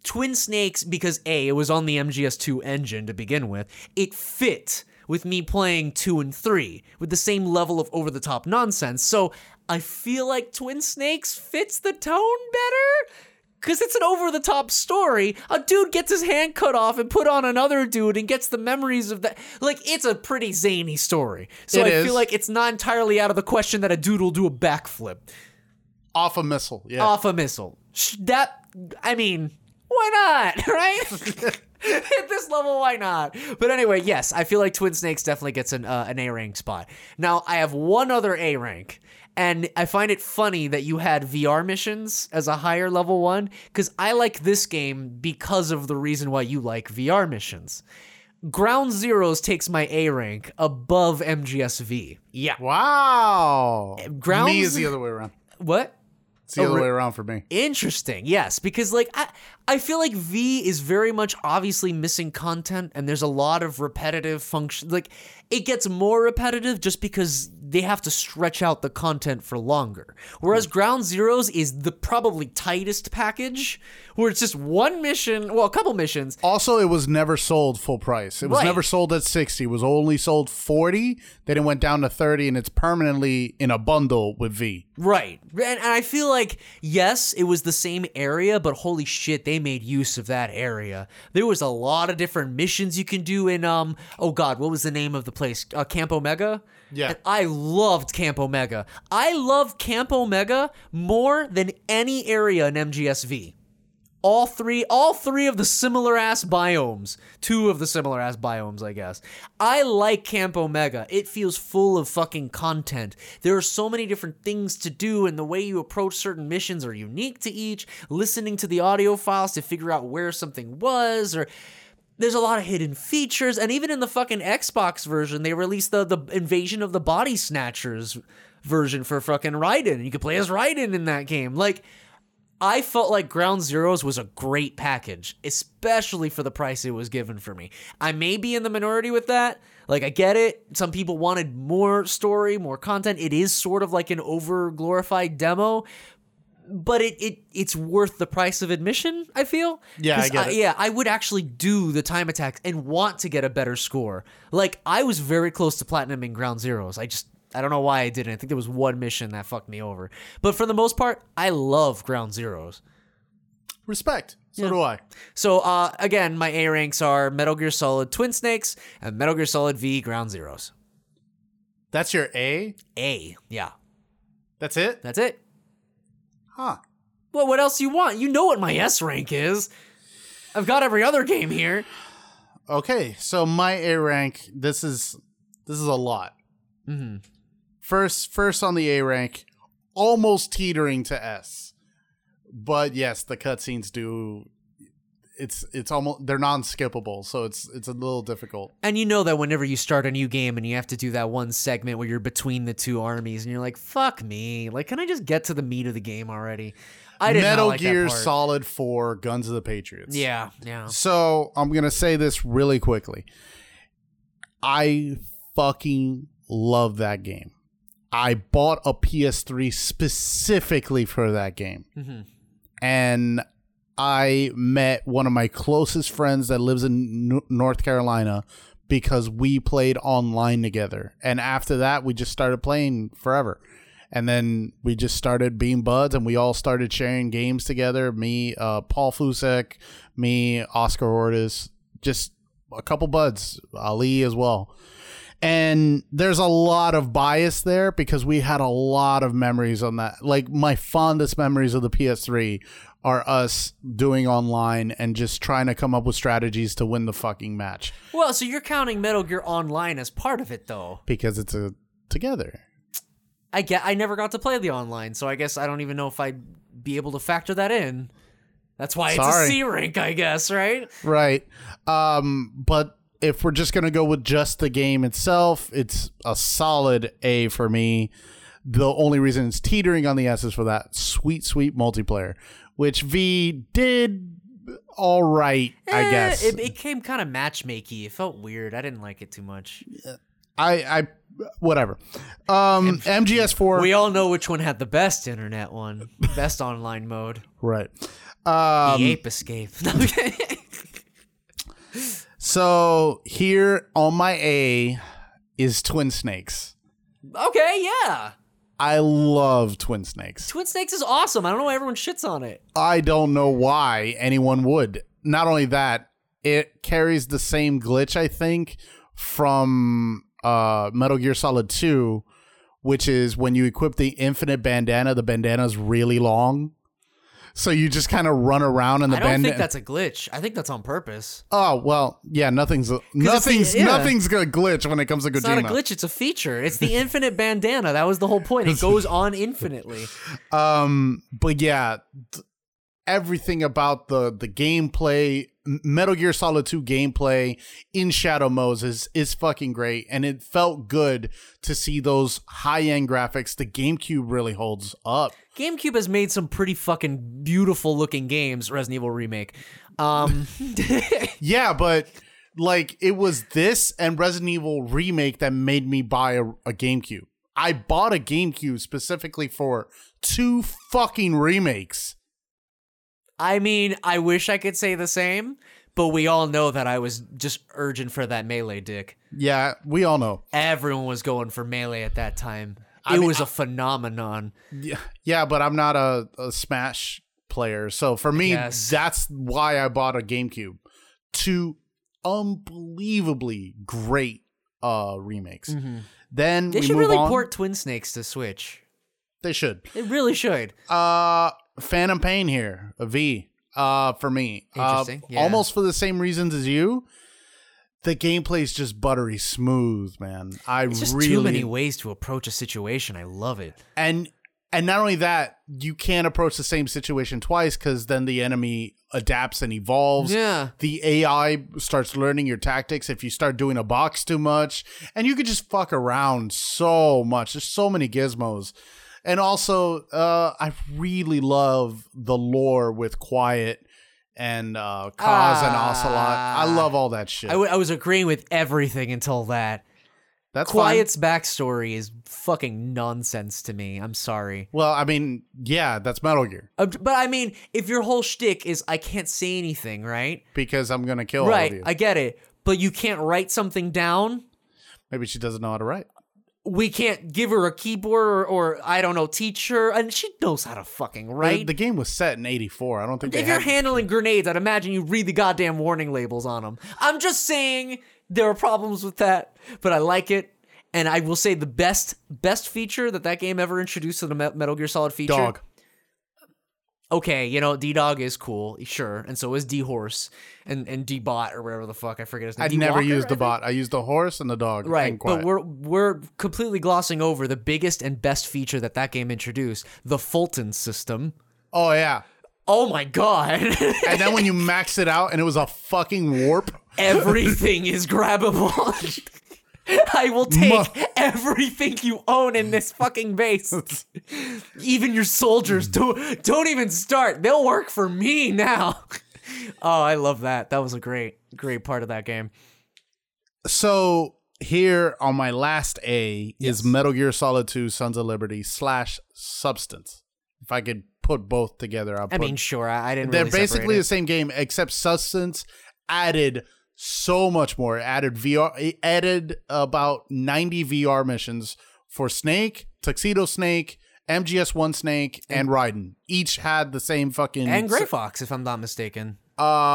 Twin Snakes because A, it was on the MGS2 engine to begin with, it fit with me playing 2 and 3 with the same level of over the top nonsense. So I feel like Twin Snakes fits the tone better because it's an over the top story. A dude gets his hand cut off and put on another dude and gets the memories of that. Like, it's a pretty zany story. So
It
I
is.
feel like it's not entirely out of the question that a dude will do a backflip
Off a missile. Yeah.
off a missile. Sh- That, I mean, why not, right? At this level, why not? But anyway, yes, I feel like Twin Snakes definitely gets an uh, an A rank spot. Now, I have one other A rank, and I find it funny that you had VR missions as a higher level one because I like this game because of the reason why you like VR missions. Ground Zeroes takes my A rank above MGSV. Yeah.
Wow.
Grounds-
Me is the other way around.
What?
It's the
Oh,
other way around for me.
Interesting. Yes, because like I I feel like V is very much obviously missing content and there's a lot of repetitive function like it gets more repetitive just because they have to stretch out the content for longer. Whereas Ground Zeroes is the probably tightest package where it's just one mission, well a couple missions.
Also, it was never sold full price. It was
Right.
never sold at 60. It was only sold 40. Then it went down to 30 and it's permanently in a bundle with V.
Right. And, and I feel like, yes, it was the same area, but holy shit, they made use of that area. There was a lot of different missions you can do in, um, oh God, what was the name of the place? Uh, Camp Omega?
Yeah.
And I loved Camp Omega. I love Camp Omega more than any area in MGSV all three all three of the similar ass biomes two of the similar ass biomes i guess i like camp omega it feels full of fucking content there are so many different things to do and the way you approach certain missions are unique to each listening to the audio files to figure out where something was or there's a lot of hidden features and even in the fucking xbox version they released the the invasion of the body snatchers version for fucking raiden you could play as raiden in that game like I felt like Ground Zeroes was a great package, especially for the price it was given for me. I may be in the minority with that. Like, I get it. Some people wanted more story, more content. It is sort of like an over glorified demo, but it, it it's worth the price of admission, I feel.
Yeah,
'Cause
I get it.
yeah, I would actually do the time attacks and want to get a better score. Like, I was very close to platinum in Ground Zeroes. I just, I don't know why I didn't. I think there was one mission that fucked me over. But for the most part, I love Ground Zeroes.
Respect. So do I.
So, uh, again, my A ranks are Metal Gear Solid Twin Snakes and Metal Gear Solid V Ground Zeroes.
That's your A?
A. Yeah.
That's it?
That's it.
Huh.
Well, what else you want? You know what my S rank is. I've got every other game here.
Okay, so my A rank. This is this is a lot.
Mm-hmm.
First, first on the A rank, almost teetering to S, but yes, the cutscenes do. It's it's almost they're non skippable, so it's it's a little difficult.
And you know that whenever you start a new game and you have to do that one segment where you're between the two armies and you're like, fuck me. Like, can I just get to the meat of the game already? I didn't
Metal
like that
Gear
part.
Solid Four: Guns of the Patriots.
Yeah, yeah.
So I'm gonna say this really quickly. I fucking love that game. I bought a PS3 specifically for that game,
Mm-hmm.
and I met one of my closest friends that lives in N- North Carolina because we played online together. And after that, we just started playing forever. And then we just started being buds, and we all started sharing games together. Me, uh, Paul Fusek, me, Oscar Ortiz, just a couple buds, Ali as well and there's a lot of bias there because we had a lot of memories on that like my fondest memories of the ps3 are us doing online and just trying to come up with strategies to win the fucking match
Well, so you're counting Metal Gear Online as part of it, though.
because it's a together
I get I never got to play the online, so I guess I don't even know if I'd be able to factor that in. That's why
Sorry.
it's a C rank, I guess, right?
Right. Um, but if we're just going to go with just the game itself, it's a solid A for me. The only reason it's teetering on the S is for that sweet, sweet multiplayer, which V did all right, I
Eh,
guess.
it, it came kind of matchmakey. It felt weird. I didn't like it too much.
I, I, whatever. Um, MGS4.
We all know which one had the best internet one, best online mode.
right.
The
Um,
ape escape.
so here on my A is Twin Snakes.
okay, yeah.
I love Twin Snakes.
Twin Snakes is awesome. I don't know why everyone shits on it.
I don't know why anyone would. Not only that, it carries the same glitch, I think, from uh, Metal Gear Solid 2, which is when you equip the infinite bandana, the bandana's really long. So you just kind of run around in the
I don't
bandana.
think that's a glitch. I think that's on purpose.
oh well, yeah, nothing's nothing's
yeah.
nothing's gonna glitch when it comes to
It's not
Kojima.
a glitch. It's a feature. It's the infinite bandana. That was the whole point. It goes on infinitely.
Um, but yeah, th- everything about the the gameplay, M- Metal Gear Solid Two gameplay in Shadow Modes is is fucking great, and it felt good to see those high end graphics. The GameCube really holds up.
GameCube has made some pretty fucking beautiful looking games. Resident Evil remake. Um,
Yeah, but like it was this and Resident Evil remake that made me buy a, a GameCube. I bought a GameCube specifically for two fucking remakes.
I mean, I wish I could say the same, but we all know that I was just urgent for that melee dick.
Yeah, we all know.
Everyone was going for melee at that time. It
mean,
was a phenomenon.
Yeah, yeah, but I'm not a, a Smash player, so for me,
Yes.
that's why I bought a GameCube. Two unbelievably great uh remakes. Then
Mm-hmm. They
we
should
move
really
on.
port Twin Snakes to Switch.
They should.
They really should.
Uh, Phantom Pain here, a V. Uh, for me, Uh,
Interesting, yeah.
Almost for the same reasons as you. The gameplay's just buttery smooth, man. I
It's just
really
too many ways to approach a situation. I love it.
and and not only that you can't approach the same situation twice because then the enemy adapts and evolves
Yeah.
the ai starts learning your tactics if you start doing a box too much and you could just fuck around so much there's so many gizmos and also uh i really love the lore with quiet and uh cause and
Ah.
ocelot i love all that shit
I, w- I was agreeing with everything until that.
that's fine.
Quiet's backstory is fucking nonsense to me. I'm sorry.
well i mean yeah that's metal gear
Uh, But I mean, if your whole shtick is I can't say anything, right?
because i'm gonna kill all of
right,
you
I get it. But you can't write something down.
maybe she doesn't know how to write
We can't give her a keyboard or, or I don't know, teach her. And she knows how to fucking
The-
write.
The game was set in '84. I don't think they
if you're
had.
handling grenades, I'd imagine you read the goddamn warning labels on them. I'm just saying there are problems with that, but I like it. And I will say the best best feature that that game ever introduced to the Me- Metal Gear Solid feature.
dog.
Okay, you know D Dog is cool, sure, and so is D Horse and and D Bot or whatever the fuck I forget his name.
I
D
never
Walker,
used the
I think?
bot. I used the horse and the dog.
Right,
and quiet.
but we're we're completely glossing over the biggest and best feature that that game introduced, the Fulton system.
oh yeah.
Oh my god.
And then when you max it out, and it was a fucking warp.
everything is grabbable. I will take everything you own in this fucking base. even your soldiers
Mm.
don't don't even start. They'll work for me now. oh, I love that. That was a great great part of that game.
So here on my last A is Metal Gear Solid 2: Sons of Liberty slash Substance. If I could put both together, I'll
I
put.
mean, sure, I, I didn't.
they're
really separate
basically
it.
the same game, except Substance added so much more. It added VR. It added about 90 VR missions for Snake, Tuxedo Snake, MGS One Snake, and Raiden. Each had the same fucking
and Gray Fox, if I'm not mistaken.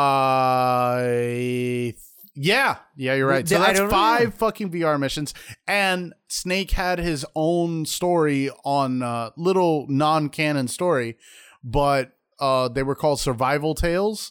Uh, th- yeah, yeah, you're right. So
I
that's
don't know.
five fucking VR missions, and Snake had his own story on uh, little non-canon story, but uh, they were called survival tales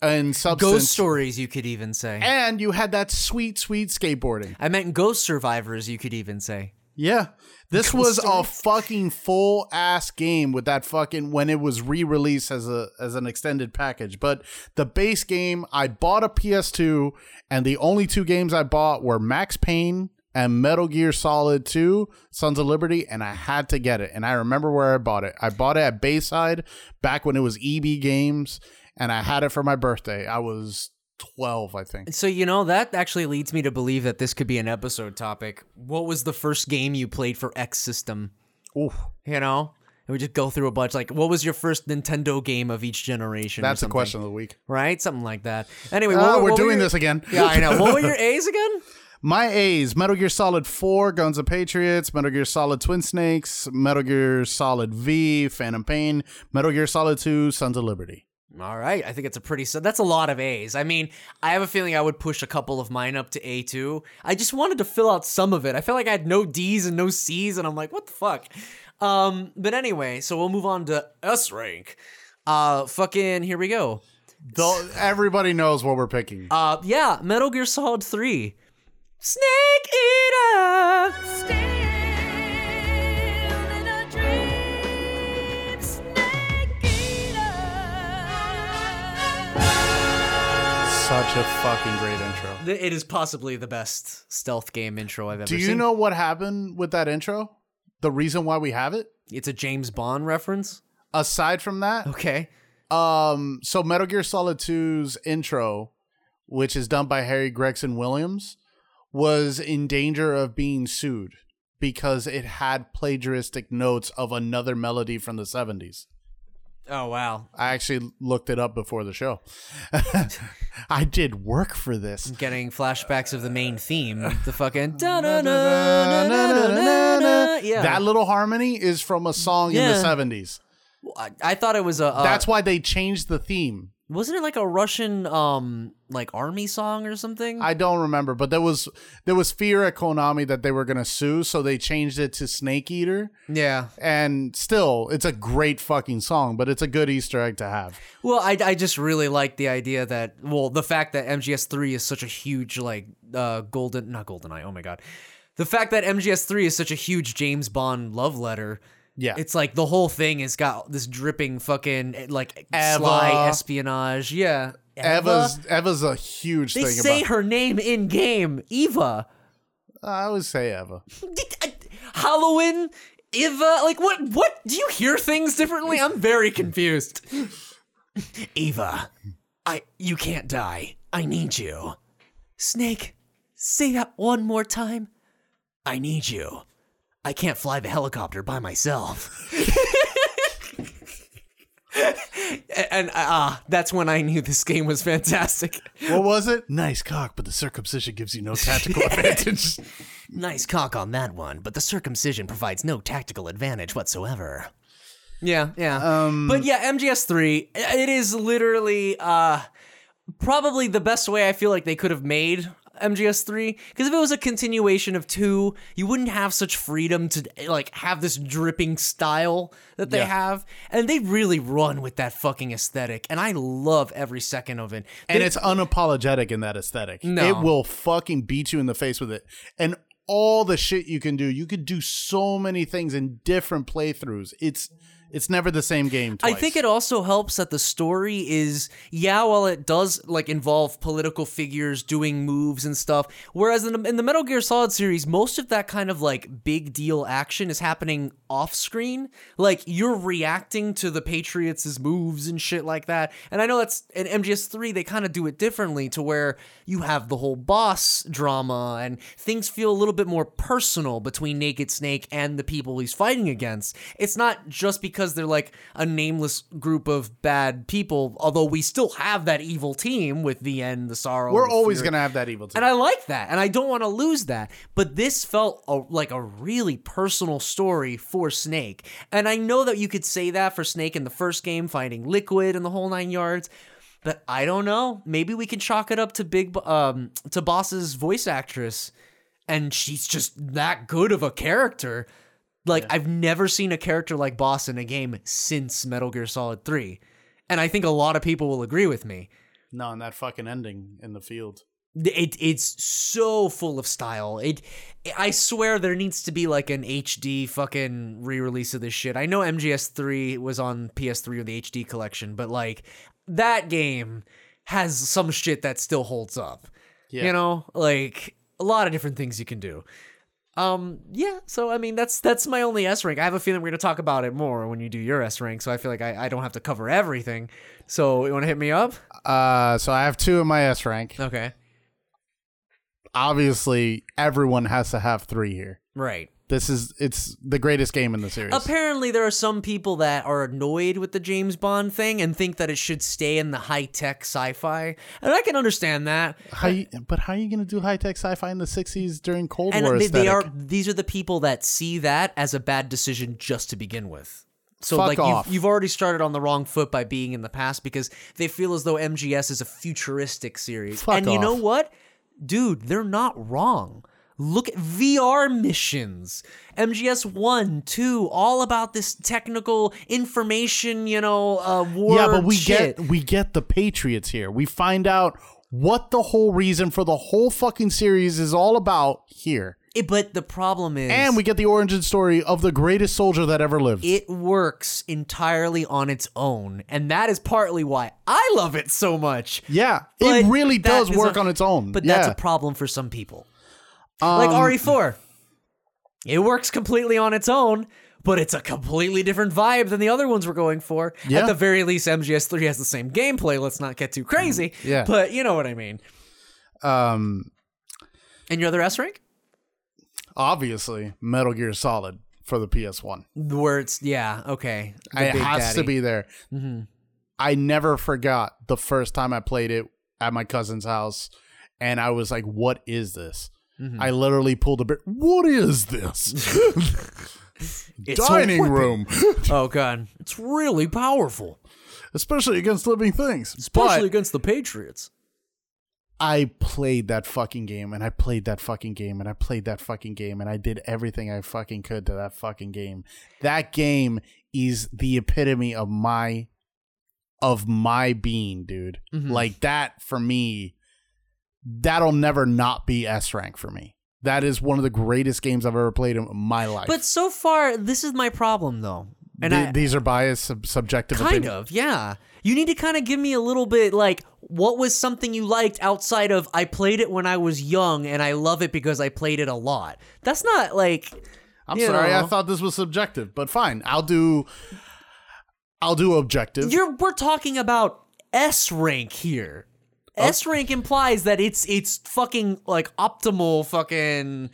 and substance.
Ghost stories, you could even say.
Eh. And you had that sweet, sweet skateboarding.
I meant ghost survivors, you could even say.
Yeah. This was a fucking full ass game with that fucking when it was re-released as a as an extended package. But the base game, I bought a PS2 and the only two games I bought were Max Payne and Metal Gear Solid 2, Sons of Liberty, and I had to get it. And I remember where I bought it. I bought it at Bayside back when it was EB Games and I had it for my birthday. I was 12, I think.
So you know that actually leads me to believe that this could be an episode topic. What was the first game you played for X system?
Oof.
You know, and we just go through a bunch. Like, what was your first Nintendo game of each generation? or
That's the
something,
question of the week.
right? Something like that. Anyway,
Ah,
what, were-
we're
what were
doing
your-
this again.
Yeah, I know. What were your A's again?
My A's Metal Gear Solid 4, Guns of Patriots, Metal Gear Solid Twin Snakes, Metal Gear Solid V, Phantom Pain, Metal Gear Solid 2, Sons of Liberty.
All right, I think it's a pretty. So that's a lot of A's. I mean, I have a feeling I would push a couple of mine up to A two. I just wanted to fill out some of it. I felt like I had no D's and no C's, and I'm like, what the fuck. Um, but anyway, so we'll move on to S rank. Uh, fucking here we go.
Though everybody knows what we're picking.
Uh, yeah, Metal Gear Solid three. Snake Eater.
Such a fucking great intro.
Th- It is possibly the best stealth game intro I've ever
Do
seen.
you know what happened with that intro? The reason why we have it?
It's a James Bond reference.
Aside from that,
Okay.
um, so Metal Gear Solid 2's intro, which is done by Harry Gregson Williams, was in danger of being sued because it had plagiaristic notes of another melody from the 70s.
Oh wow.
I actually looked it up before the show. I did work for this.
getting flashbacks of the main theme, the fucking
That
yeah.
little harmony is from a song in
Yeah.
the 70s.
I, I thought it was a uh,
That's why they changed the theme.
wasn't it like a Russian um like army song or something?
I don't remember, but there was there was fear at Konami that they were going to sue, so they changed it to Snake Eater.
yeah.
And still, it's a great fucking song, but it's a good Easter egg to have.
Well, I, I just really like the idea that well the fact that MGS three is such a huge like uh golden not golden eye oh my god the fact that MGS three is such a huge James Bond love letter.
Yeah.
It's like the whole thing has got this dripping fucking like sly espionage. Yeah.
Eva's Eva's a huge
They
thing
say
about.
her name in game, Eva.
I always say Eva.
uh, Halloween, Eva. Like what? What do you hear things differently? I'm very confused. Eva, I you can't die. I need you. Snake, say that one more time. I need you. I can't fly the helicopter by myself. A- and ah, that's when I knew this game was fantastic.
What was it? Nice cock, but the circumcision gives you no tactical advantage.
Nice cock on that one, but the circumcision provides no tactical advantage whatsoever. Yeah, yeah. Um, but yeah, MGS3, it is literally uh, probably the best way I feel like they could have made MGS3 because if it was a continuation of 2, you wouldn't have such freedom to like have this dripping style that they
Yeah.
have and they really run with that fucking aesthetic and I love every second of it.
and
They-
it's unapologetic in that aesthetic.
No.
It will fucking beat you in the face with it. And all the shit you can do, you could do so many things in different playthroughs. It's it's never the same game twice.
I think it also helps that the story is yeah, while it does like involve political figures doing moves and stuff, whereas in the, in the Metal Gear Solid series, most of that kind of like big deal action is happening off screen. Like you're reacting to the Patriots' moves and shit like that. And I know that's in MGS3 they kind of do it differently to where you have the whole boss drama and things feel a little bit more personal between Naked Snake and the people he's fighting against. It's not just because they're like a nameless group of bad people, although we still have that evil team with the end, the sorrow.
We're
the
always
fury.
gonna have that evil team.
And I like that, and I don't want to lose that. But this felt a, like a really personal story for Snake. And I know that you could say that for Snake in the first game, finding Liquid and the whole nine yards. But I don't know. Maybe we can chalk it up to Big Bo- um, to Boss's voice actress, and she's just that good of a character. Like I've never seen a character like Boss in a game since Metal Gear Solid Three, and I think a lot of people will agree with me.
no, and that fucking ending in the field.
it it's so full of style. It I swear there needs to be like an HD fucking re-release of this shit. I know MGS3 was on PS3 or the HD collection, but like that game has some shit that still holds up. You know, like a lot of different things you can do. Um yeah, so I mean that's that's my only S rank. I have a feeling we're going to talk about it more when you do your S rank, so I feel like I, I don't have to cover everything. So you want to hit me up?
Uh, so I have two in my S rank.
Okay.
Obviously, everyone has to have three here.
Right.
This is it's the greatest game in the series.
Apparently, there are some people that are annoyed with the James Bond thing and think that it should stay in the high tech sci fi. And I can understand that.
How you, but how are you going to do high tech sci fi in the sixties during Cold
And
War?
they, they
aesthetic?
are these are the people that see that as a bad decision just to begin with. So
Fuck
like
off.
You've, you've already started on the wrong foot by being in the past because they feel as though MGS is a futuristic series.
Fuck
and you know
off.
what? Dude, they're not wrong. Look at VR missions. MGS 1, 2, all about this technical information, you know, uh, war
yeah, but we
shit.
get we get the Patriots here. We find out what the whole reason for the whole fucking series is all about here,
It- but the problem is
and we get the origin story of the greatest soldier that ever lived.
it works entirely on its own, and that is partly why I love it so much.
yeah,
But
it really
that
does
is
work
a-
on its own.
But
yeah. Um,
that's a problem for some people. like RE4. It works completely on its own, but it's a completely different vibe than the other ones we're going for. At
Yeah.
the very least, MGS3 has the same gameplay. Let's not get too crazy.
Mm, Yeah.
But you know what I mean.
um,
And your other S rank?
obviously Metal Gear Solid for the PS One.
Where it's, yeah, okay. The
It
Big
has
Daddy.
to
Mm-hmm.
be there. I never forgot the first time I played it at my cousin's house, and I was like, "What is this?"
Mm-hmm.
I literally pulled a bit. What is this?
It's a
Dining
weapon.
room,
Oh, God. It's really powerful,
especially against living things.
especially
but
against the Patriots.
I played that fucking game, and I played that fucking game, and I played that fucking game, and I did everything I fucking could to that fucking game. That game is the epitome of my of my being, dude.
Mm-hmm.
Like that for me, that'll never not be S rank for me. That is one of the greatest games I've ever played in my life.
But so far, this is my problem, though. And
The-
I,
these are biased, sub- subjective.
kind
opinion-
of yeah you need to kind of give me a little bit like what was something you liked outside of i played it when i was young and i love it because i played it a lot that's not like
I'm
you
sorry,
know.
I thought this was subjective, but fine. I'll do. I'll do objective.
you're we're talking about s rank here
Oh.
s rank implies that it's it's fucking like optimal fucking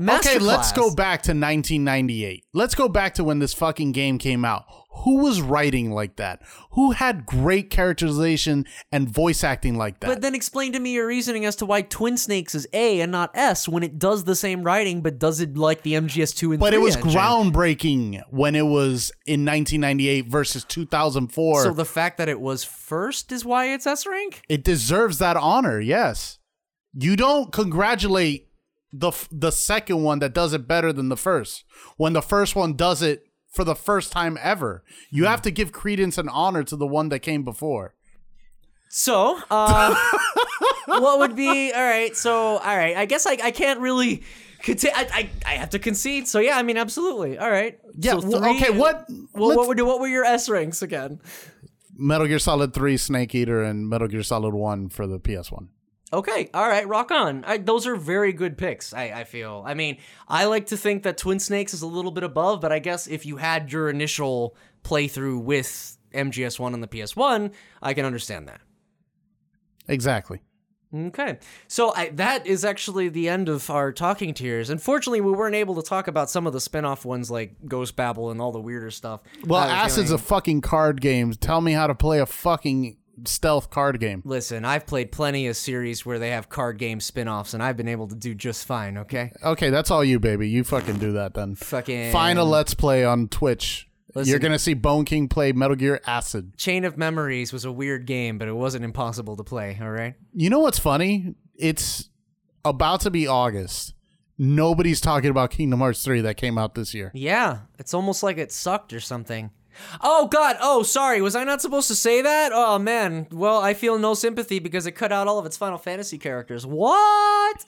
Okay, let's
masterclass.
go back to 1998. Let's go back to when this fucking game came out. Who was writing like that? Who had great characterization and voice acting like that?
but then explain to me your reasoning as to why Twin Snakes is A and not S when it does the same writing but does it like the MGS2 and
But it
3
was
engine.
groundbreaking when it was in 1998 versus 2004.
So the fact that it was first is why it's S rank?
it deserves that honor. Yes, you don't congratulate the f- the second one that does it better than the first when the first one does it for the first time ever. You
Hmm.
have to give credence and honor to the one that came before.
So, uh, what would be all right? So, all right. I guess I, I can't really. Conti- I, I I have to concede. So yeah, I mean, absolutely. All right.
Yeah.
So
well,
three-
okay. What?
Well,
let's-
what were what were your S ranks again?
Metal Gear Solid Three, Snake Eater, and Metal Gear Solid One for the PS One.
Okay, all right, rock on. I, those are very good picks. I, I feel. I mean, I like to think that Twin Snakes is a little bit above, but I guess if you had your initial playthrough with MGS One and the PS One, I can understand that.
Exactly.
Okay. So I, that is actually the end of our talking tiers. Unfortunately, we weren't able to talk about some of the spin off ones like Ghost Babel and all the weirder stuff.
Well,
I was
Acid's
doing.
a fucking card game. Tell me how to play a fucking stealth card game.
Listen, I've played plenty of series where they have card game spin offs, and I've been able to do just fine, okay?
Okay, that's all you, baby. You fucking do that then.
Fucking-
Find a let's play on Twitch. You're gonna see Bone King play Metal Gear Acid.
Chain of Memories was a weird game, but it wasn't impossible to play, all right?
You know what's funny? It's about to be August. Nobody's talking about Kingdom Hearts 3 that came out this year.
Yeah, it's almost like it sucked or something. Oh God! Oh, sorry. Was I not supposed to say that? Oh man. Well, I feel no sympathy because it cut out all of its Final Fantasy characters. What?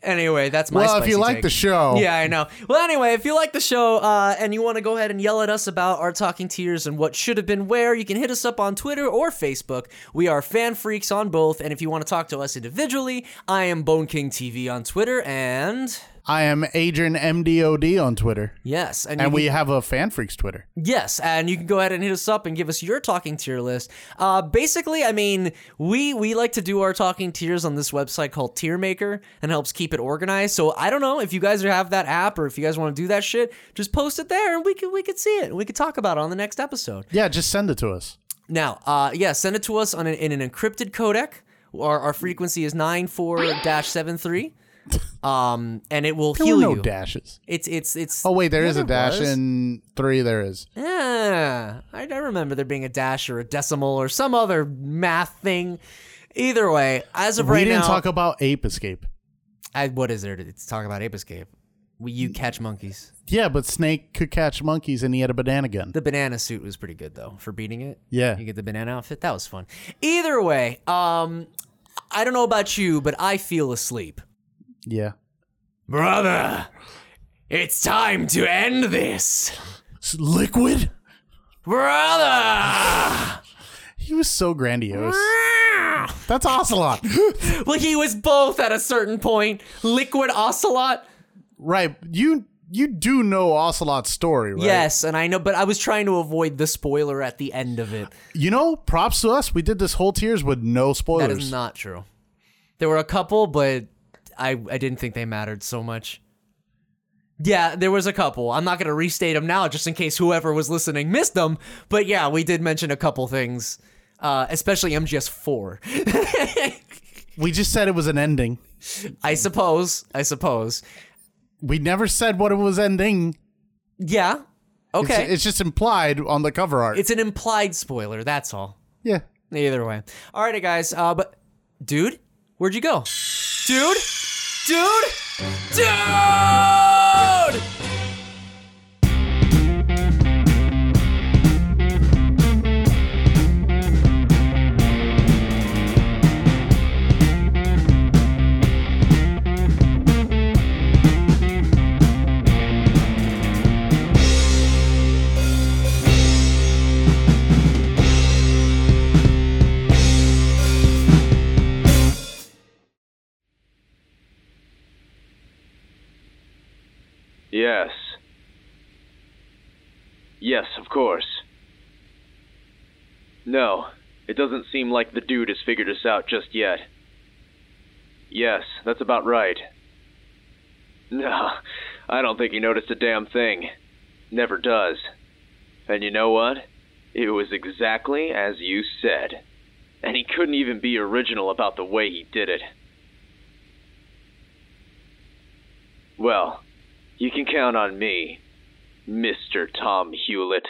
Anyway, that's my.
Well, if
spicy
you like
take.
the show.
Yeah, I know. Well, anyway, if you like the show uh, and you want to go ahead and yell at us about our talking tears and what should have been where, you can hit us up on Twitter or Facebook. We are fan freaks on both. And if you want to talk to us individually, I am Bone King TV on Twitter and.
I am Adrian MDOD on Twitter.
Yes, you
And
can-
we have a fan freaks Twitter.
Yes, and you can go ahead and hit us up and give us your talking tier list. Uh, basically, I mean, we we like to do our talking tiers on this website called Tier Maker, and helps keep it organized. So I don't know if you guys have that app or if you guys want to do that shit, just post it there, and we could we could see it, and we could talk about it on the next episode.
Yeah, just send it to us.
Now, uh, yeah, send it to us on an, in an encrypted codec. Our, our frequency is 94-73. Um, and it will
There
heal
were no
you.
dashes.
It's it's it's.
Oh wait, there is
Yeah,
a dash
was.
in three. There is.
Yeah, I, I remember there being a dash or a decimal or some other math thing. Either way, as of
we
right
didn't
now,
talk about ape escape.
I, what is there to, to talk about? Ape Escape. We, you catch monkeys.
Yeah, but Snake could catch monkeys and he had a banana gun.
The banana suit was pretty good though for beating it.
Yeah.
you get the banana outfit. That was fun. Either way, um, I don't know about you, but I feel asleep,
Yeah.
brother. It's time to end this,
S- Liquid?
brother.
He was so grandiose. That's Ocelot.
well, he was both at a certain point. Liquid Ocelot.
right. You you do know Ocelot's story, right?
Yes, and I know, but I was trying to avoid the spoiler at the end of it.
You know, props to us. We did this whole tiers with no spoilers.
That is not true. There were a couple, but I I didn't think they mattered so much. Yeah, there was a couple. I'm not gonna restate them now, just in case whoever was listening missed them. But yeah, we did mention a couple things, uh, especially MGS four.
we just said it was an ending.
I suppose. I suppose.
We never said what it was ending.
Yeah.
It's-
Okay.
It's, just implied on the cover art.
it's an implied spoiler. That's all.
yeah.
Either way. Alrighty, guys. Uh, but dude, where'd you go? Dude, dude, dude.
Yes. Yes, of course. No, it doesn't seem like the dude has figured us out just yet. Yes, that's about right. No, I don't think he noticed a damn thing. Never does. And you know what? It was exactly as you said. And he couldn't even be original about the way he did it. Well, you can count on me, Mr. Tom Hewlett.